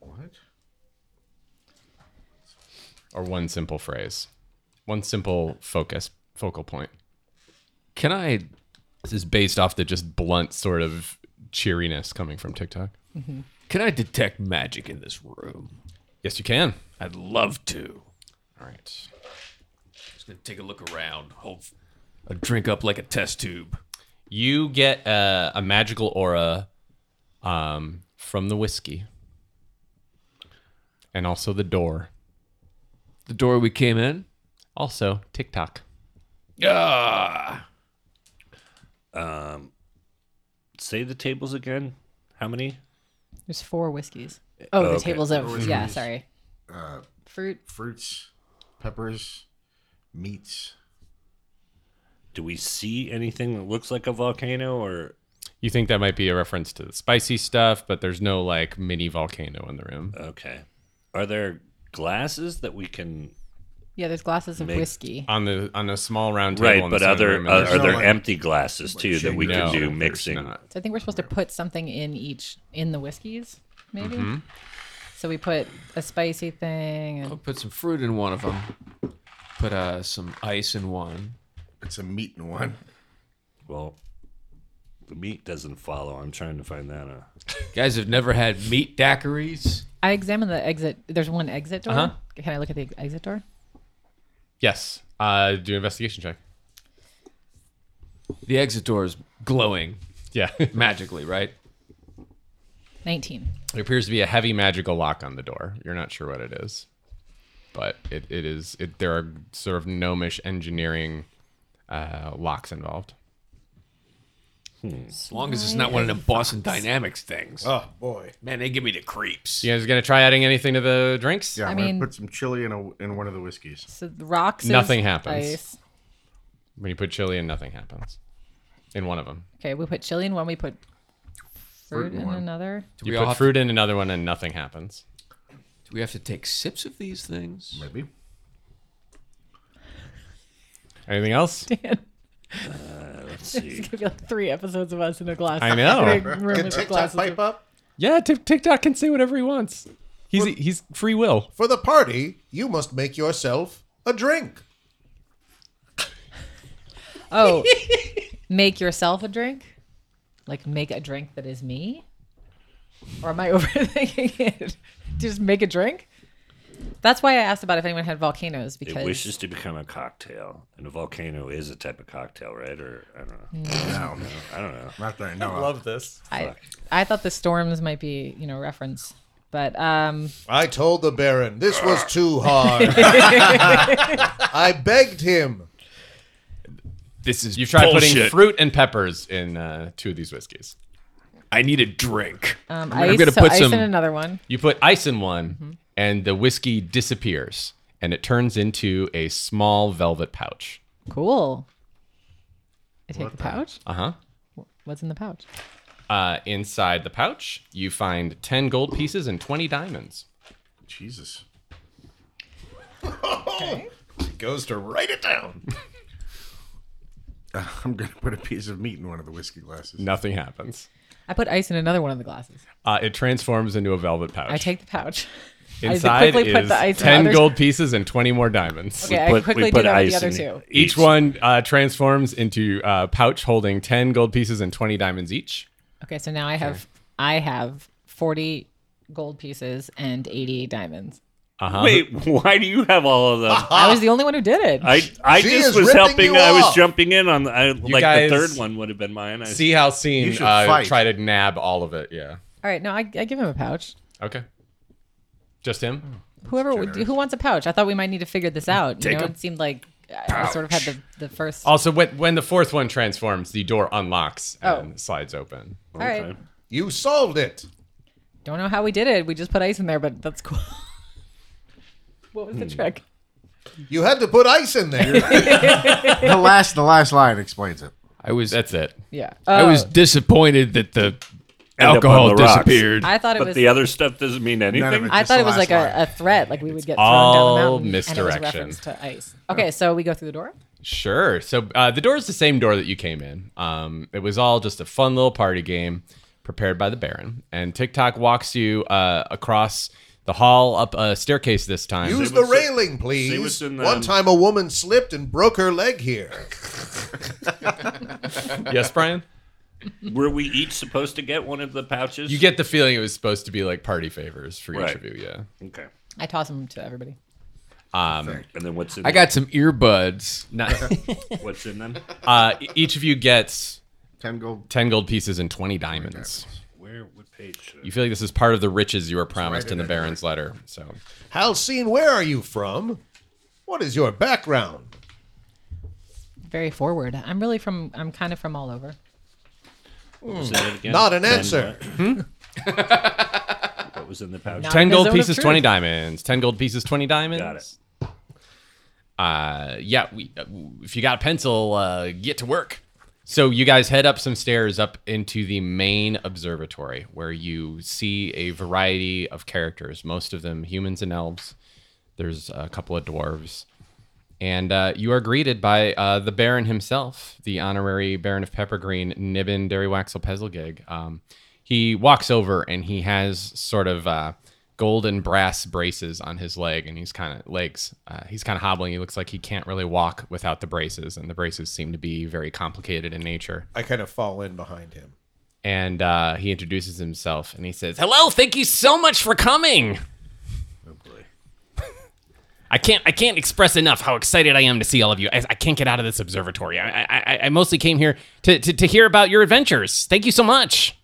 G: What?
C: or one simple phrase, one simple focus, focal point.
F: Can I?
C: This is based off the just blunt sort of cheeriness coming from TikTok.
F: Can I detect magic in this room?
C: Yes, you can.
F: I'd love to.
C: All right.
F: Just gonna take a look around. Hold a drink up like a test tube.
C: You get uh, a, a magical aura um, from the whiskey and also the door.
F: The door we came in.
C: Also, TikTok.
F: Ah.
A: Say the tables again. How many?
B: There's four whiskeys. Oh, the
A: okay.
B: tables of yeah. Sorry. Fruit.
G: Fruits, peppers, meats.
A: Do we see anything that looks like a volcano or
C: You think that might be a reference to the spicy stuff, but there's no like mini volcano in the room.
A: okay. Are there glasses that we can
B: Yeah, there's glasses of
A: Make-
B: whiskey.
C: On the on a small round table.
A: Right,
C: in the
A: but
C: center of the
A: other
C: room,
A: uh,
C: and there's
A: are
G: no,
A: there
G: like-
A: empty glasses too that we can
C: no,
A: do
C: there's
A: mixing?
C: not.
B: So I think we're supposed to put something in each in the whiskeys, maybe.
C: Mm-hmm.
B: So we put a spicy thing. And,
F: I'll put some fruit in one of them. Put uh, some ice in one.
G: It's a meat in one.
A: Well, the meat doesn't follow. I'm trying to find that uh, out.
F: Guys have never had meat daiquiris.
B: I examine the exit. There's one exit door.
C: Uh-huh.
B: Can I look at the exit door?
C: Yes. Uh, do an investigation check.
F: The exit door is glowing
C: Yeah. (laughs)
F: magically, right?
B: 19.
C: There appears to be a heavy magical lock on the door. You're not sure what it is, but it, it is. It, there are sort of gnomish engineering uh, locks involved.
F: As long as it's not one of them Boston Dynamics things.
E: Oh boy.
F: Man, they give me the creeps.
C: You guys gonna try adding anything to the drinks?
G: Yeah, I'm
B: I
G: gonna
B: mean-
G: put some chili in a, in one of the whiskeys.
B: So the rocks. is
C: Nothing happens.
B: ice.
C: When you put chili in, nothing happens. In one of them,
B: Okay, we put chili in one. We put fruit,
G: in
B: in
G: one.
B: another.
F: Do
C: you
F: we, all
C: put
F: have
C: fruit in another one, and nothing happens.
F: To, do we have to take sips of these things?
G: Maybe.
C: Anything else?
A: Let's see.
B: It's gonna be like three episodes of us in a glass.
C: I know.
B: Big room
E: Can
B: with
E: TikTok
B: glasses
E: pipe
B: of-
E: up?
C: Yeah, Tik TikTok can say whatever he wants. He's he's free will.
E: For the party, you must make yourself a drink.
B: Oh, make yourself a drink? Like make a drink that is me? Or am I (laughs) overthinking it? Just make a drink? That's why I asked about if anyone had volcanoes
A: It
B: because
A: wishes to become a cocktail, and a volcano is a type of cocktail, right? Or I don't know.
G: No,
A: I don't know.
G: not that I know. of.
C: this.
B: I, I thought the storms might be, you know, reference. But um
E: I told the Baron this was too
C: (laughs)
E: hard. (laughs) I begged him.
F: This is
C: You've tried putting
F: bullshit.
C: fruit and peppers in uh, two of these whiskeys.
F: I need a drink.
B: um
F: I'm
B: ice,
F: gonna
B: so
F: put
B: ice
F: some-
B: in another one.
C: You put ice in one,
B: Mm-hmm.
C: and the whiskey disappears, and it turns into a small velvet pouch.
B: Cool. I take the pouch.
C: Uh-huh.
B: What's in the pouch?
C: Uh Inside the pouch, you find ten gold pieces and twenty diamonds.
G: Jesus.
E: Goes to write it down.
G: (laughs) I'm gonna put a piece of meat in one of the whiskey glasses.
C: Nothing happens.
B: I put ice in another one of the glasses.
C: Uh, it transforms into a velvet pouch.
B: I take the pouch. (laughs) I
C: Inside
B: quickly put
C: is
B: the ice in
C: ten
B: others-
C: gold pieces and twenty more diamonds.
B: Okay, I
A: Put-
B: quickly
A: we put
B: did that with the
A: ice
B: other
A: in
B: two.
C: Each one uh, transforms into a pouch holding ten gold pieces and twenty diamonds each.
B: Okay, so now I have I have forty gold pieces and eighty diamonds.
A: Wait, why do you have all of them?
B: I was the only one who did it.
A: I I
E: She is
A: just was
E: ripping
A: helping.
E: you
A: I was
E: off.
A: jumping in on. I, like
C: guys-
A: the third one would have been mine. I,
C: See how
G: You
C: scene
G: should
C: uh,
G: fight.
C: try to nab all of it. Yeah.
B: All right, no, I, I give him a pouch.
C: Okay. Just
B: Hmm.
C: him.
B: Whoever who wants a pouch? I thought we might need to figure this out. you know, it seemed like I sort of had the the first.
C: Also, when, when the fourth one transforms, the door unlocks
B: Oh.
C: and slides open.
B: All right,
A: Okay.
E: You solved it.
B: don't know how we did it. We just put ice in there, but that's cool. (laughs) what was the trick?
E: You had to put ice in (laughs) there.
G: the last, the last line explains it.
F: I was
C: That's it.
B: Yeah,
F: I was
B: Oh,
F: disappointed that the
A: uh, end up on
F: Alcohol
A: the rocks.
F: disappeared.
B: I thought it
A: but
B: was.
A: the other stuff doesn't mean
G: None
A: anything.
G: of it.
B: I
G: Just
B: thought
G: the
B: it was
G: last
B: like a,
G: line.
B: a threat, like we would get thrown down
C: all
B: the mountain. And it was
C: misdirection.
B: reference to ice. Okay, so we go through the door.
C: Sure. So uh, the door is the same door that you came in. Um, it was all just a fun little party game prepared by the Baron. And TikTok walks you uh, across the hall up a staircase this time.
E: Use
A: See
E: the
A: what's in-
E: railing,
A: see
E: please.
A: what's in the-
E: One time a woman slipped and broke her leg (laughs) here.
C: yes, Brian?
A: Were we each supposed to get one of the pouches?
C: (laughs) You get the feeling it was supposed to be like party favors for each
A: Right.
C: of you. Yeah.
A: okay.
B: I toss them to everybody.
A: And then what's in?
F: I got some earbuds.
C: (laughs) Not,
A: what's in them?
C: uh, e- each of you gets
G: Ten gold.
C: 10 gold pieces and 20 diamonds.
A: Where? What page?
C: You feel like this is part of the riches you were promised in the Baron's letter. So
E: Halcyon, where are you from? What is your background?
B: Very forward. I'm really from. I'm kind of from all over.
A: Say that again.
E: Not an
A: Ten uh,
E: answer.
A: what? What was in the pouch?
B: Not-
C: 10
B: His
C: gold
B: zone of
C: pieces,
B: truth.
C: 20 diamonds. 10 gold pieces, 20 diamonds.
A: Got it.
C: uh, yeah, we, uh, if you got a pencil, uh, get to work. So you guys head up some stairs up into the main observatory where you see a variety of characters, most of them humans and elves. There's a couple of dwarves. And uh, you are greeted by uh, the Baron himself, the honorary Baron of Peppergreen, Nibbin Derrywaxel Pezzlegig. Um, he walks over and he has sort of uh, gold and brass braces on his leg, and he's kind of legs. Uh, he's kind of hobbling. He looks like he can't really walk without the braces, and the braces seem to be very complicated in nature
E: I kind of fall in behind him.
C: and uh, he introduces himself and he says, "Hello, thank you so much for coming." (laughs) I can't. I can't express enough how excited I am to see all of you. I, I can't get out of this observatory. I, I, I- I mostly came here to, to, to hear about your adventures. Thank you so much.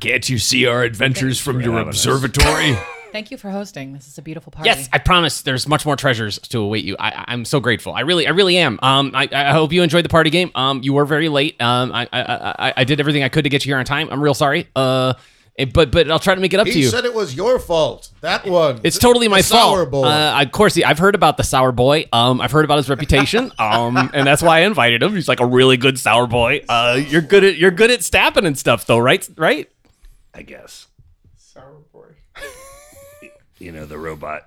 F: Can't you see our adventures from your
A: out of this.
F: observatory?
B: Thank you for hosting. This is a beautiful party.
C: Yes, I promise. There's much more treasures to await you. I, I- I'm so grateful. I really, I really am. Um, I, I hope you enjoyed the party game. Um, you were very late. Um, I, I, I, I did everything I could to get you here on time. I'm real sorry. Uh, eh, but but I'll try to make it up to
E: He
C: you.
E: said it was your fault. That one.
C: It's totally my
E: The sour
C: fault.
E: boy.
C: Uh, of course, I've heard about the sour boy. Um, I've heard about
E: (laughs)
C: his reputation. um, and that's why I invited him. He's like a really good sour boy. Uh, you're good at you're good at stabbing and stuff, though, right? Right?
A: I guess. Sour boy. (laughs) you know the robot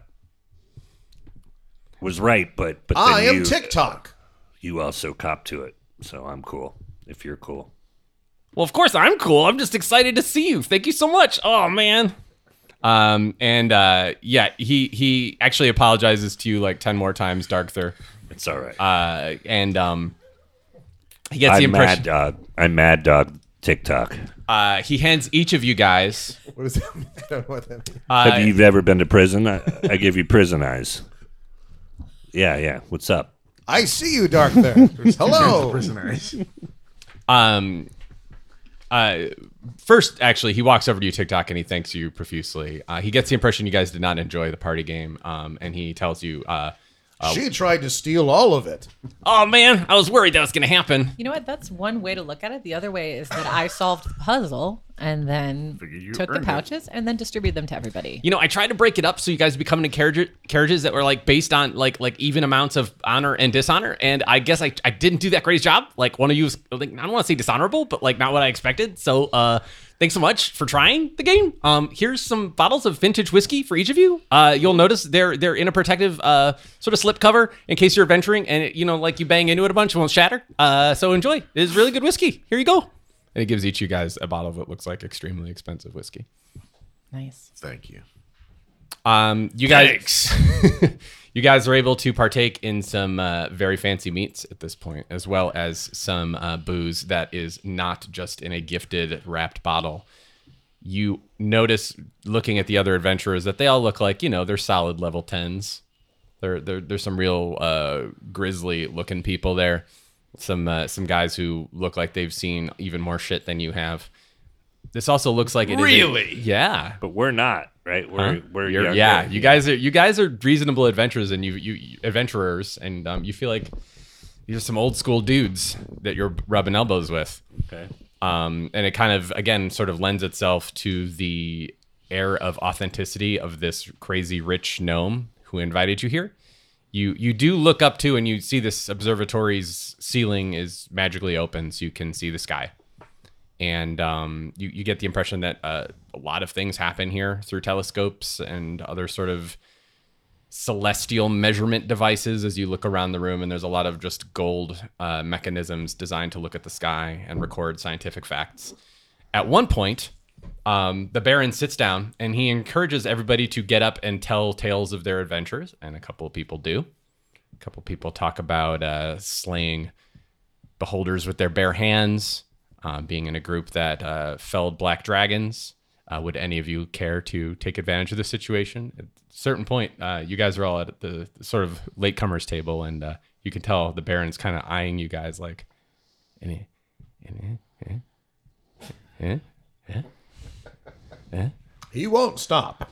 A: was right, but but then
E: Ah, I am
A: you,
E: TikTok.
A: you also cop to it, so I'm cool. If you're cool,
C: Well, of course, I'm cool. I'm just excited to see you. Thank you so much. Oh man. Um, and uh, yeah, he he actually apologizes to you like ten more times, Darkther.
A: it's all right.
C: Uh, and um, he gets the
A: I'm mad
C: impression
A: dog. I'm mad dog. TikTok.
C: uh, he hands each of you guys.
E: What does that mean? (laughs) I don't know what that means.
C: Uh,
A: Have you ever been to prison? I, I give you prison eyes. Yeah, yeah. What's up?
E: I see you, Dark
G: (laughs)
E: there. Hello.
G: Prison eyes.
C: Um, uh, first, actually, he walks over to you, TikTok, and he thanks you profusely. Uh, he gets the impression you guys did not enjoy the party game, um, and he tells you, uh,
E: She tried to steal all of it.
C: "Oh man, I was worried that was going to happen."
B: You know what? That's one way to look at it. The other way is that I solved the puzzle and then took the
G: earned it.
B: pouches and then distributed them to everybody.
C: You know, I tried to break it up so you guys would be coming in carriage, carriages that were like based on like like even amounts of honor and dishonor, and I guess I, I didn't do that great job. Like one of you, was, like, I don't want to say dishonorable, but like not what I expected. So, uh, thanks so much for trying the game. Um, here's some bottles of vintage whiskey for each of you. Uh, you'll notice they're they're in a protective uh sort of slip cover in case you're adventuring, and you know like you bang into it a bunch, it won't shatter. Uh, so enjoy. It's really good whiskey. Here you go. And it gives each you guys a bottle of what looks like extremely expensive whiskey.
B: Nice.
G: Thank you.
C: Um, you guys, (laughs) you guys are able to partake in some uh, very fancy meats at this point, as well as some uh, booze that is not just in a gifted wrapped bottle. You notice, looking at the other adventurers, that they all look like you know they're solid level tens. There, there, there's some real uh, grizzly looking people there. Some uh, some guys who look like they've seen even more shit than you have. This also looks like it is a-
F: Really?
C: yeah.
A: But we're not right. We're
C: Huh?
A: we're
C: You're-
A: younger.
C: yeah. You guys are you guys are reasonable adventurers, and you you, you adventurers, and um, you feel like these are some old school dudes that you're rubbing elbows with.
A: Okay.
C: Um, and it kind of again sort of lends itself to the air of authenticity of this crazy rich gnome who invited you here. You you do look up to and you see this observatory's ceiling is magically open, so you can see the sky. and um, you you get the impression that uh, a lot of things happen here through telescopes and other sort of celestial measurement devices as you look around the room and there's a lot of just gold uh, mechanisms designed to look at the sky and record scientific facts at one point um, the baron sits down and he encourages everybody to get up and tell tales of their adventures and a couple of people do a couple of people talk about uh, slaying beholders with their bare hands uh, being in a group that uh, felled black dragons uh, would any of you care to take advantage of the situation? At a certain point, uh, you guys are all at the sort of latecomers table, and uh, you can tell the Baron's kind of eyeing you guys like, any, any, eh, eh, eh, eh?"
E: He won't stop.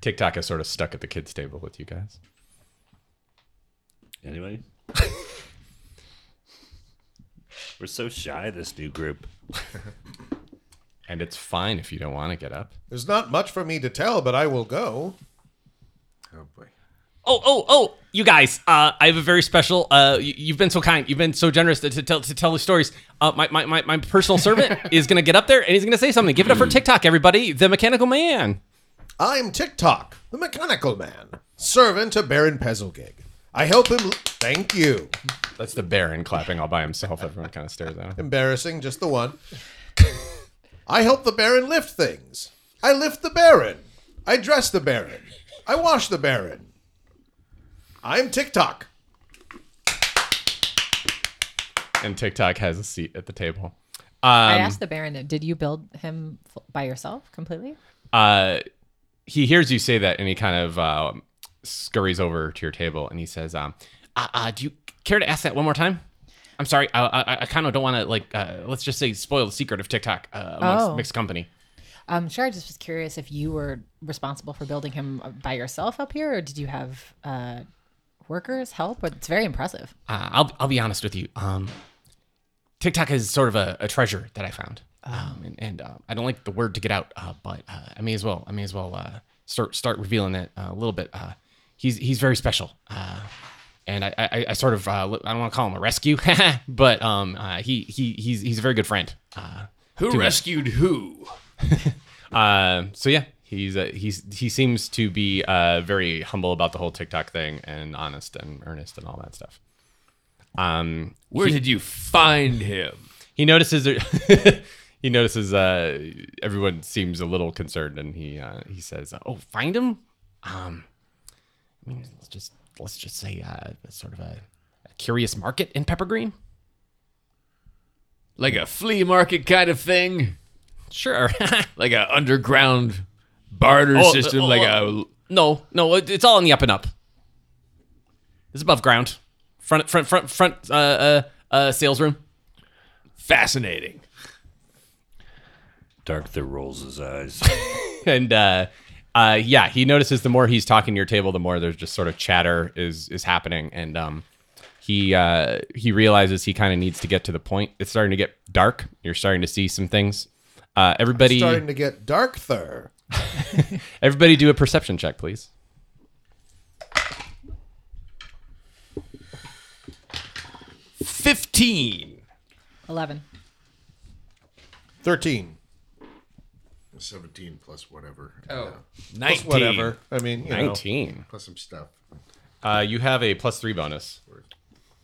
C: TikTok is sort of stuck at the kids' table with you guys.
A: (laughs) Anybody? We're so shy, this new group.
C: And it's fine if you don't want to get up.
E: There's not much for me to tell, but I will go.
G: Oh boy.
C: Oh, oh, oh, you guys, uh, I have a very special, uh, y- you've been so kind. You've been so generous to, to tell, to tell the stories. Uh, my, my, my, my personal (laughs) servant is going to get up there and he's going to say something. Give it up for TikTok, everybody. The mechanical man.
E: I'm TikTok, the mechanical man, servant to Baron Pezelgig. I help him. Thank you.
C: That's the Baron clapping all by himself. Everyone kind of stares at him.
E: Embarrassing, just the one. (laughs) I help the Baron lift things. I lift the Baron. I dress the Baron. I wash the Baron. I'm TikTok.
C: And TikTok has a seat at the table.
B: I asked the Baron, did you build him f- by yourself completely?
C: uh, he hears you say that and he kind of uh, scurries over to your table and he says, um, uh, uh, "Do you care to ask that one more time?" I'm sorry, I, I, I kind of don't want to like. Uh, let's just say spoil the secret of TikTok uh, amongst
B: Oh.
C: mixed company.
B: Um, sure. I just was curious if you were responsible for building him uh, by yourself up here, or did you have uh, workers help? But it's very impressive.
C: Uh, I'll I'll be honest with you. Um, TikTok is sort of a, a treasure that I found, um, and, and uh, I don't like the word to get out, uh, but uh, I may as well I may as well uh, start start revealing it uh, a little bit. Uh, he's he's very special, uh, and I, I, I sort of uh, li- I don't want to call him a rescue, (laughs) but um, uh, he he he's he's a very good friend. Uh,
F: Who rescued who?
C: (laughs) uh, so yeah, he's uh, he's he seems to be uh, very humble about the whole TikTok thing, and honest and earnest and all that stuff. Um,
F: Where did you find him?
C: he notices there- (laughs) he notices uh, everyone seems a little concerned and he uh, he says oh find him um i mean let's just let's just say uh it's sort of a, a curious market in peppergreen
F: Like a flea market kind of thing?
C: sure (laughs)
F: Like a underground barter
C: Oh,
F: system?
C: oh,
F: like
C: oh.
F: a
C: no no it, it's all in the up and up it's above ground front front front front uh uh, uh sales room (laughs)
F: fascinating.
A: Darkther rolls his eyes.
C: and uh, uh, yeah, he notices the more he's talking to your table, the more there's just sort of chatter is is happening, and um, he uh, he realizes he kind of needs to get to the point. It's starting to get dark. You're starting to see some things. Uh, everybody,
E: Starting to get dark thur.
C: everybody, do a perception check, please.
F: Fifteen.
B: Eleven.
E: 13.
G: 17 plus whatever.
F: Oh.
E: Plus
F: Nineteen.
E: whatever. I mean, you know.
C: Nineteen.
G: Plus some stuff.
C: Uh, you have a plus three bonus.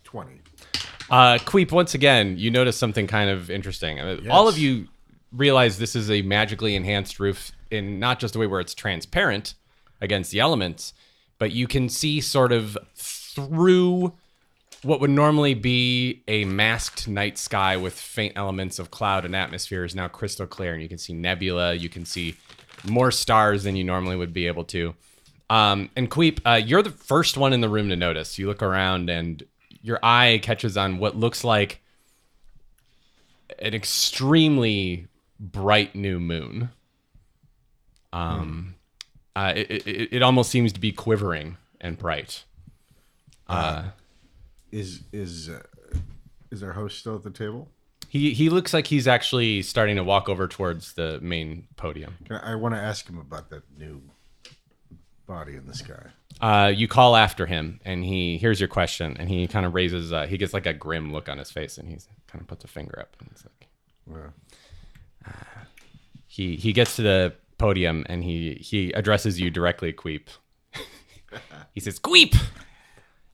G: 20.
C: Uh, Queep, once again, you notice something kind of interesting. Uh, All of you realize this is a magically enhanced roof in not just the way where it's transparent against the elements, but you can see sort of through what would normally be a masked night sky with faint elements of cloud and atmosphere is now crystal clear, and you can see nebula. You can see more stars than you normally would be able to. Um, and Queep, uh, you're the first one in the room to notice. You look around, and your eye catches on what looks like an extremely bright new moon. Um, uh, it, it, it almost seems to be quivering and bright.
G: Is is uh, is our host still at the table?
C: He he looks like he's actually starting to walk over towards the main podium.
G: Can I, I want to ask him about that new body in the sky.
C: Uh, you call after him, and he hears your question, and he kind of raises. Uh, he gets like a grim look on his face, and he kind of puts a finger up, and it's like. He he gets to the podium, and he he addresses you directly, Queep. he says, "Queep,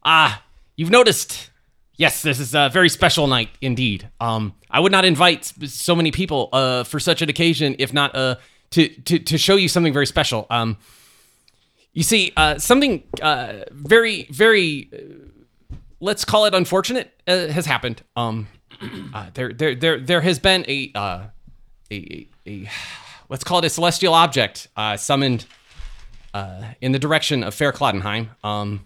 C: ah, you've noticed." Yes, this is a very special night indeed. Um, I would not invite s- so many people uh, for such an occasion if not uh, to, to, to show you something very special. Um, you see, uh, something uh, very, very, uh, let's call it unfortunate, uh, has happened. Um, uh, there, there, there, there has been a, uh, a, a, a, let's call it a celestial object uh, summoned uh, in the direction of Fair Cloddenheim. Um,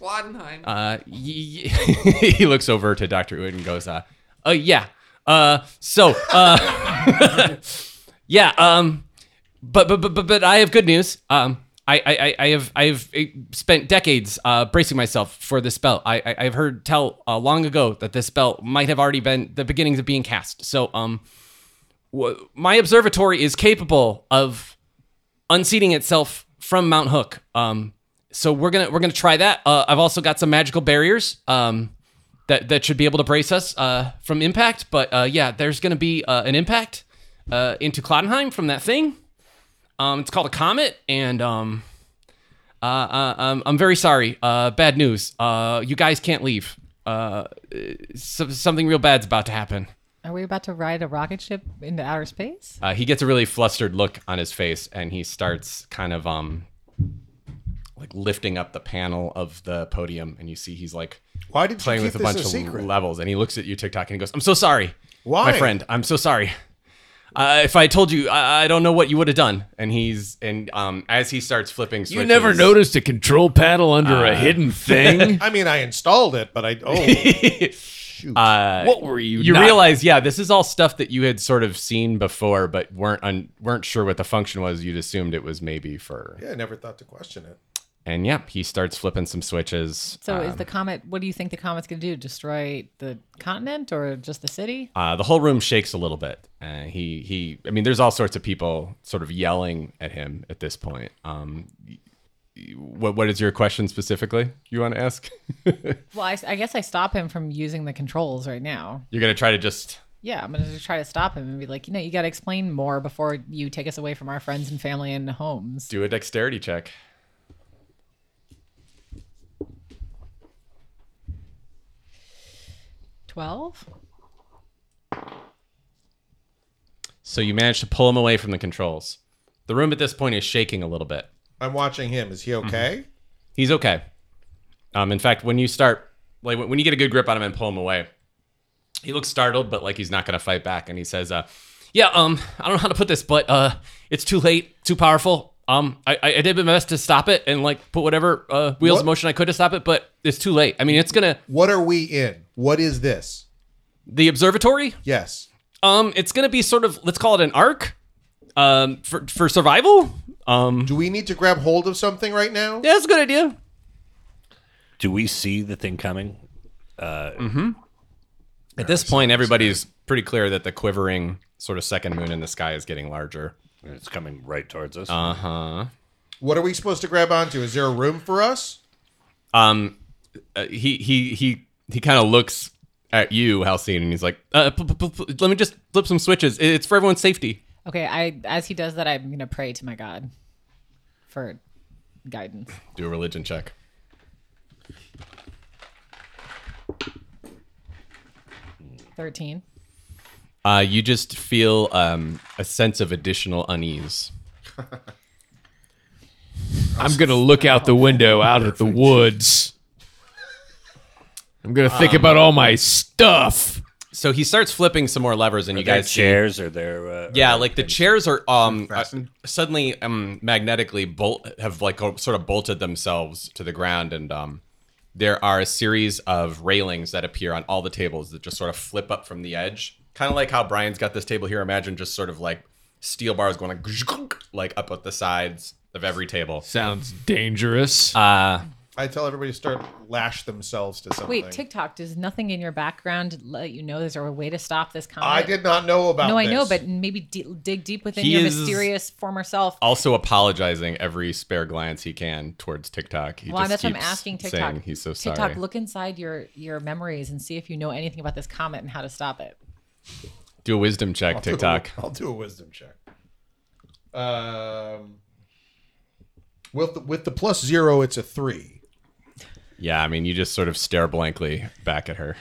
C: Cloddenheim. Uh, y- (laughs) y- he looks over to Doctor Wood and goes, "Uh, uh yeah. Uh, so, uh, (laughs) yeah. Um." but but but but, but I have good news. Um, I, I, I- I have I have eh, spent decades uh, bracing myself for this spell. I, I I've heard tell uh, long ago that this spell might have already been the beginnings of being cast. So um, w- my observatory is capable of unseating itself from Mount Hook. Um, so we're gonna we're gonna try that. Uh, I've also got some magical barriers. Um, that that should be able to brace us uh from impact. But uh, yeah, there's gonna be uh, an impact uh into Clottenheim from that thing. Um, it's called a comet, and um, uh, uh, um, I'm very sorry. Uh, bad news. Uh, you guys can't leave. Uh, so, something real bad's about to happen.
B: Are we about to ride a rocket ship into outer space?
C: Uh, he gets a really flustered look on his face, and he starts kind of um, like lifting up the panel of the podium, and you see he's like
E: Why did you
C: playing
E: keep
C: with a
E: this
C: bunch
E: a
C: of
E: secret?
C: levels, and he looks at you TikTok and he goes, "I'm so sorry,
E: Why?
C: my friend. I'm so sorry. Uh, if I told you, I, I don't know what you would have done." And he's and um, as he starts flipping,
F: You never
C: switches-
F: noticed a Ah. control paddle under a hidden (laughs) thing?
E: I mean, I installed it, but I
C: (laughs)
E: oh
F: Uh, what were you?
C: you
F: not-
C: realize, yeah, this is all stuff that you had sort of seen before, but weren't un- weren't sure what the function was. You'd assumed it was maybe for,
E: yeah, I never thought to question it.
C: and yeah, he starts flipping some switches.
B: So is the comet? What do you think the comet's going to do? Destroy the continent or just the city?
C: Uh, the whole room shakes a little bit. Uh, he he, I mean, there's all sorts of people sort of yelling at him at this point. Um, y- y- what what is your question specifically? You want to ask? (laughs) You're
B: Well, I, I guess I stop him from using the controls right now.
C: gonna try to just
B: Yeah, I'm going to try to stop him and be like, you know, you got to explain more before you take us away from our friends and family and homes.
C: do a dexterity check.
B: Twelve.
C: So you manage to pull him away from the controls. The room at this point is shaking a little bit.
E: I'm watching him. Is he
C: Mm-hmm.
E: okay?
C: He's okay. Um, in fact, when you start, like when when you get a good grip on him and pull him away, he looks startled, but like he's not gonna fight back, and he says, uh, "Yeah, um, I don't know how to put this, but uh, it's too late, too powerful. Um, I, I I did my best to stop it and like put whatever uh, wheels
E: What?
C: in motion I could to stop it, but it's too late. I mean, it's gonna
E: What are we in? What is this?
C: the observatory.
E: Yes.
C: Um, it's gonna be sort of let's call it an arc, um, for for survival. Um,
E: Do we need to grab hold of something right now?
C: yeah, that's a good idea.
A: Do we see the thing coming?
C: At this point, everybody's pretty clear that the quivering sort of second moon in the sky is getting larger.
A: It's coming right towards us.
E: What are we supposed to grab onto? Is there a room for us?
C: Um, uh, he he he he kind of looks at you, Halcyon, and he's like, uh, p- p- p- p- "Let me just flip some switches. I- It's for everyone's safety."
B: Okay, I as he does that, I'm going to pray to my God for guidance.
C: Do a religion check.
B: Thirteen.
C: Uh, you just feel um, a sense of additional unease.
F: I'm gonna look out the window out at the woods. I'm gonna think about all my stuff.
C: So he starts flipping some more levers, and you
A: Their
C: guys see-
A: chairs or their uh,
C: Yeah, like the chairs are um uh,
G: Fastened?
C: suddenly um magnetically bolt have like uh, sort of bolted themselves to the ground and um there are a series of railings that appear on all the tables that just sort of flip up from the edge. Kind of like how Brian's got this table here. Imagine just sort of like steel bars going like like up at the sides of every table.
F: Sounds dangerous.
C: Uh
E: I tell everybody to start lash themselves to something.
B: Wait, TikTok, does nothing in your background let you know there's a way to stop this comment?
E: I did not know about.
B: No, I know,
E: this.
B: but maybe d- dig deep within
C: He
B: your
C: is-
B: mysterious former self.
C: Also apologizing every spare glance he can towards TikTok. He
B: Well,
C: just
B: that's what I'm
C: keeps
B: asking
C: saying
B: TikTok.
C: He's so
B: TikTok,
C: sorry.
B: look inside your your memories and see if you know anything about this comment and how to stop it.
C: Do a wisdom check,
E: I'll do a-
C: TikTok.
E: I'll do a wisdom check. Um, with the, with the plus zero, it's a three.
C: Yeah, I mean, you just sort of stare blankly back at her.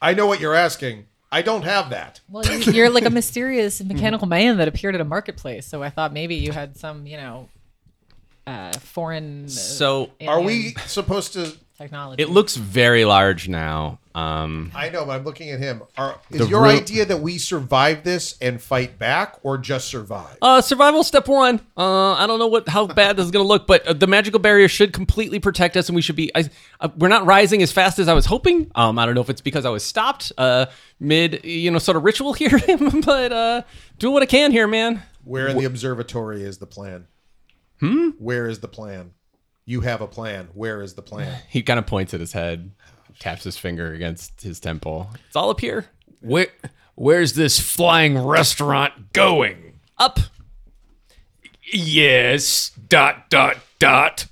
E: I know what you're asking. I don't have that.
B: Well, you, you're
C: (laughs)
B: like a mysterious mechanical man that appeared at a marketplace, so I thought maybe you had some, you know, uh, foreign. uh,
C: So
E: Are
B: alien
E: we supposed to?
B: technology?
C: it looks very large now. Um,
E: I know, but I'm looking at him. Are, is
C: The
E: your
C: root-
E: idea that we survive this and fight back, or just survive?
C: uh, survival step one. Uh, I don't know what how bad this is gonna look, but uh, the magical barrier should completely protect us, and we should be. I, uh, we're not rising as fast as I was hoping. Um, I don't know if it's because I was stopped uh, mid, you know, sort of ritual (laughs) here, but uh, doing what I can here, man.
E: Where in the observatory is the plan? Hmm. Where is the plan? You have a plan. Where is the plan?
C: He kind of points at his head, taps his finger against his temple. It's all up here,
F: (laughs) Where, where's this flying restaurant going?
C: up.
F: Yes. Dot dot dot.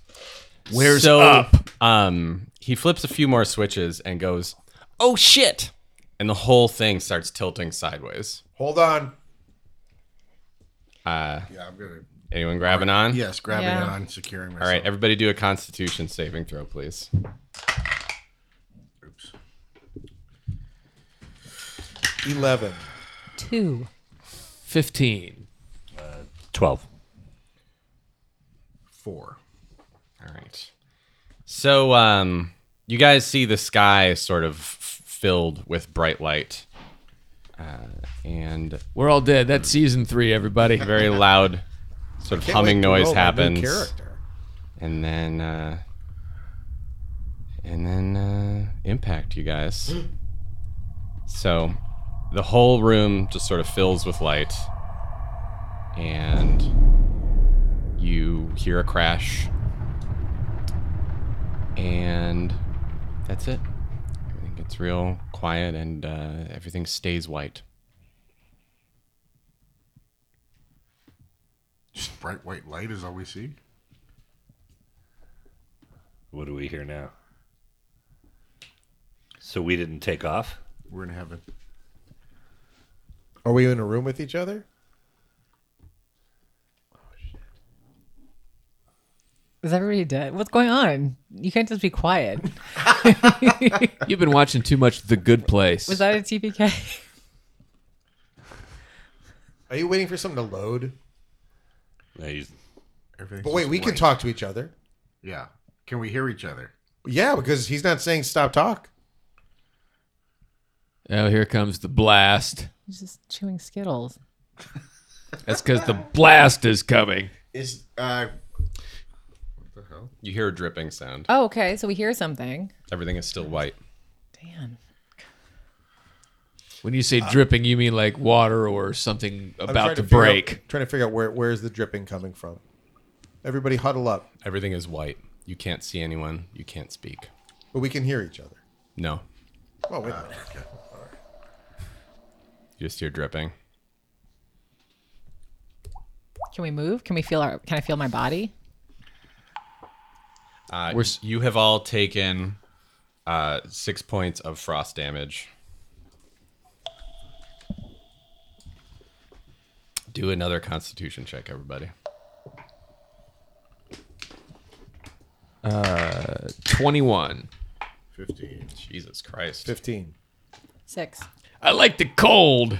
F: Where's
C: so,
F: up?
C: Um, he flips a few more switches and goes, "Oh shit!" And the whole thing starts tilting sideways.
E: Hold on.
G: Yeah, I'm gonna.
C: Anyone grabbing on?
G: Yes, grabbing
B: Yeah.
G: on, securing myself.
C: All right, everybody, do a Constitution saving throw, please.
G: Oops.
E: Eleven.
B: two.
F: Fifteen.
A: 12.
G: Four.
C: All right. So, um, you guys see the sky sort of f- filled with bright light, uh, and
F: We're all dead. That's season three, (laughs) everybody.
C: very loud sort of
E: Can't
C: humming
E: wait to
C: noise
E: roll my new
C: happens.
E: Character.
C: and then uh and then uh impact you guys so the whole room just sort of fills with light and you hear a crash and that's it everything gets real quiet and uh, everything stays white
G: Just bright white light is all we see.
A: What do we hear now? So we didn't take off?
G: We're in heaven.
E: Are we in a room with each other?
B: Is everybody dead? What's going on? You can't just be quiet.
F: You've been watching too much The Good Place.
B: Was that a (laughs) TPK?
E: Are you waiting for something to load?
A: No, he's-
G: Everything's
E: But wait,
G: just
E: we can
G: white.
E: talk to each other.
G: Yeah. Can we hear each other?
E: Yeah, because he's not saying stop talk.
F: oh, here comes the blast.
B: He's just chewing Skittles.
F: That's because the blast is coming.
G: Is uh. What the hell?
C: you hear a dripping sound
B: Oh, okay. So we hear something.
C: everything is still white
B: Dan.
F: When you say dripping, you mean like water or something
E: I'm
F: about
E: trying
F: to,
E: figure out-
F: break.
E: trying to figure out where where is the dripping coming from. Everybody huddle up,
C: everything is white you can't see anyone you can't speak
E: but we can hear each other.
C: no
E: Oh wait,
C: you just hear dripping
B: Can we move? Can we feel our? Can I feel my body?
C: Uh,
F: We're s-
C: you have all taken uh, six points of frost damage. Do another Constitution check, everybody.
F: 21.
G: Fifteen.
C: Jesus Christ!
E: fifteen.
B: Six.
F: I like the cold.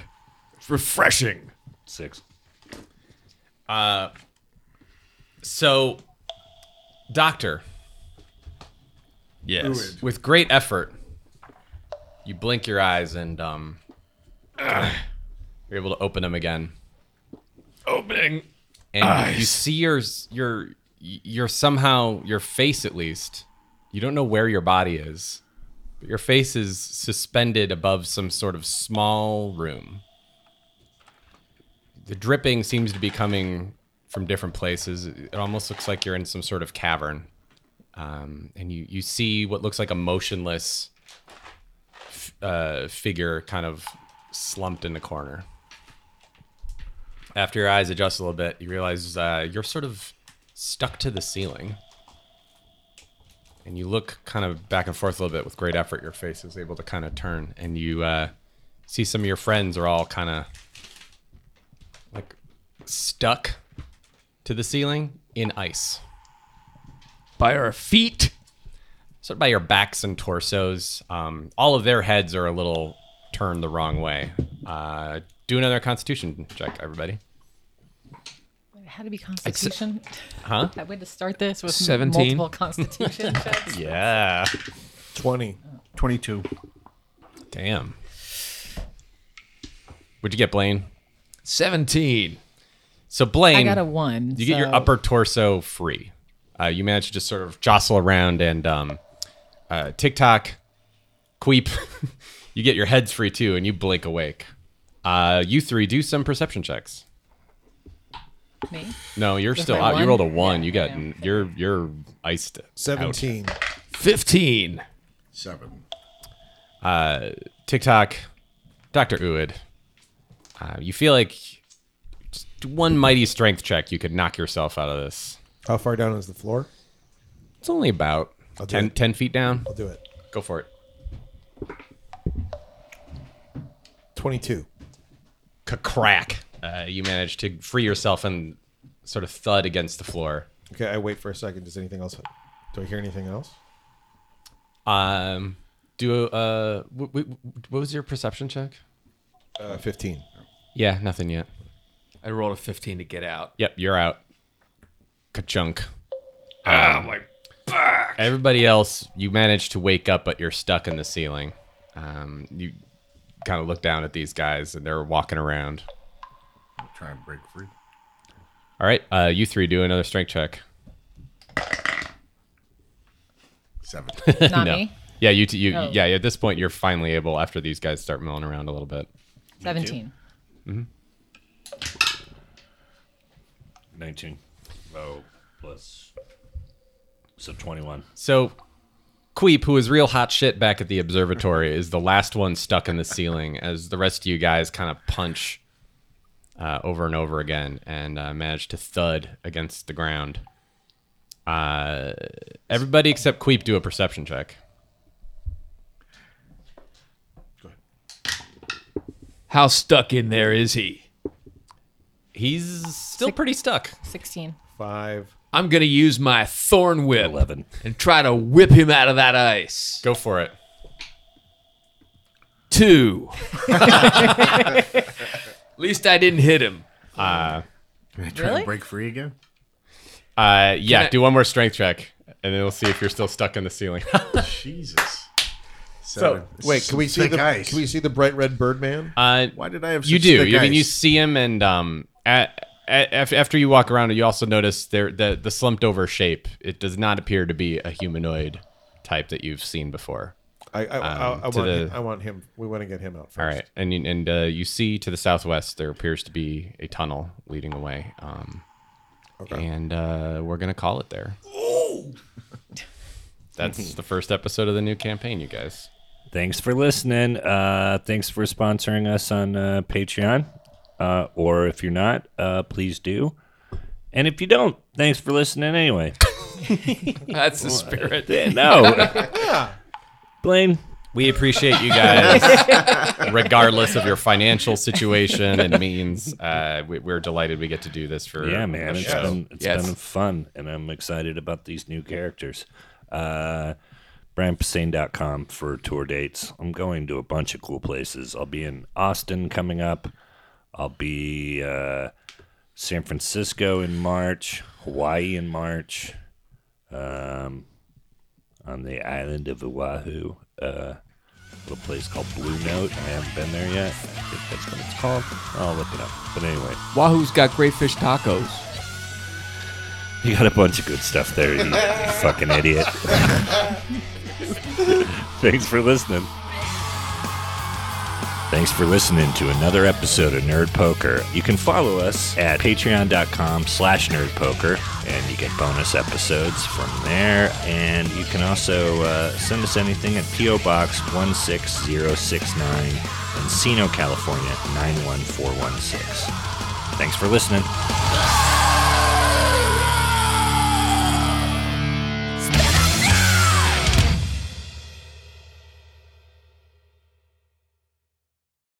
F: It's refreshing.
A: Six.
C: So, Doctor,
F: Yes.
G: Fluid.
C: with great effort, you blink your eyes and um, you're able to open them again.
F: Opening.
C: and you see your your your somehow your face at least you don't know where your body is but your face is suspended above some sort of small room the dripping seems to be coming from different places it almost looks like you're in some sort of cavern um, and you you see what looks like a motionless f- uh, figure kind of slumped in the corner. After your eyes adjust a little bit, you realize uh, you're sort of stuck to the ceiling. And you look kind of back and forth a little bit with great effort. Your face is able to kind of turn, and you uh, see some of your friends are all kind of like stuck to the ceiling in ice.
F: By our feet.
C: sort of by your backs and torsos. Um, all of their heads are a little turned the wrong way. Uh, do another constitution check, everybody.
B: It had to be Constitution.
C: Huh?
B: I went to start this with
F: 17.
B: multiple
C: (laughs)
B: Constitution checks.
C: Yeah.
E: 20.
G: 22.
C: Damn. What'd you get, Blaine?
F: 17.
C: So, Blaine,
B: I got a one.
C: you get your
B: so-
C: upper torso free. Uh, you manage to just sort of jostle around and um, uh, TikTok, Queep, (laughs) you get your heads free too, and you blink awake. Uh, you three do some perception checks.
B: Me?
C: No, you're still
B: my
C: out. You
B: one?
C: rolled a one.
B: Yeah,
C: you got
B: I know.
C: you're you're iced. out.
E: 17.
F: 15.
G: 7.
C: TikTok, Doctor Uid. Uh, you feel like just one mighty strength check, you could knock yourself out of this.
E: How far down is the floor?
C: It's only about
E: I'll do
C: 10,
E: it.
C: 10 feet down.
E: I'll do it.
C: Go for it.
E: 22.
C: Crack. Uh, you manage to free yourself and sort of thud against the floor.
E: Okay, I wait for a second. Does anything else? Do I hear anything else?
C: Um, do uh, w- w- what was your perception check?
E: Uh, 15.
C: Yeah, nothing yet.
F: I rolled a 15 to get out.
C: Yep, you're out. Ka-chunk. Um,
F: Oh, my.
C: Everybody else, you manage to wake up, but you're stuck in the ceiling. Um, you kind of look down at these guys, and they're walking around.
G: Try and break free.
C: All right, uh, you three do another strength check.
G: 7.
C: (laughs)
B: Not me.
C: Yeah, you. T- you.
B: Oh.
C: Yeah. At this point, you're finally able, after these guys start milling around a little bit.
B: 17.
A: 19. Oh, plus. So 21.
C: So, Queep, who is real hot shit back at the observatory, is the last one stuck in the ceiling as the rest of you guys kind of punch uh, over and over again and uh, manage to thud against the ground. Uh, everybody except Queep do a perception check.
F: How stuck in there is he?
C: He's still pretty stuck.
B: 16.
E: 5.
F: I'm going to use my thorn whip
A: 11.
F: and try to whip him out of that ice.
C: Go for it.
F: Two. (laughs) At least I didn't hit him.
G: Can I try
B: Really?
G: and break free (laughs) again?
C: Uh, yeah,
F: Can I-
C: do one more strength check, and then we'll see if you're still stuck in the ceiling. (laughs)
G: Jesus.
E: So,
G: Seven.
E: wait, can we see
G: Thick
E: the
G: ice.
E: can we see the bright red Birdman?
C: uh,
G: Why did I have
C: you
G: such
C: do.
G: thick
C: I mean, you
G: ice?
C: see him, and um, at, at, af- after you walk around, you also notice there the the slumped over shape. It does not appear to be a humanoid type that you've seen before.
E: I I, I, I,
C: um, to
E: want
C: the-
E: him, I want him. We want to get him out first.
C: All right, and you- and uh, you see to the southwest there appears to be a tunnel leading away. Um, and uh, we're gonna call it there. That's the first episode of the new campaign, you guys.
A: Thanks for listening. Uh, thanks for sponsoring us on uh, Patreon. Uh, or if you're not, uh, please do. And if you don't, thanks for listening anyway. (laughs)
F: That's the spirit.
A: no. Blaine,
C: We appreciate you guys, regardless of your financial situation and means. Uh, we, we're delighted we get to do this for.
A: yeah, man, it's
C: show.
A: been it's
F: Yes.
A: been fun, and I'm excited about these new characters. Uh, BrianPassane.com for tour dates. I'm going to a bunch of cool places. I'll be in Austin coming up. I'll be uh, San Francisco in March, Hawaii in March, um, on the island of Oahu. Uh, a little place called Blue Note. I haven't been there yet. I think that's what it's called. I'll look it up. But anyway.
F: Wahoo's got great fish tacos.
A: (laughs) You got a bunch of good stuff there, you fucking idiot. (laughs) Thanks for listening. Thanks for listening to another episode of Nerd Poker. You can follow us at patreon.com slash nerdpoker, and you get bonus episodes from there. And you can also uh, send us anything at P.O. Box 16069, Encino, California 91416. Thanks for listening.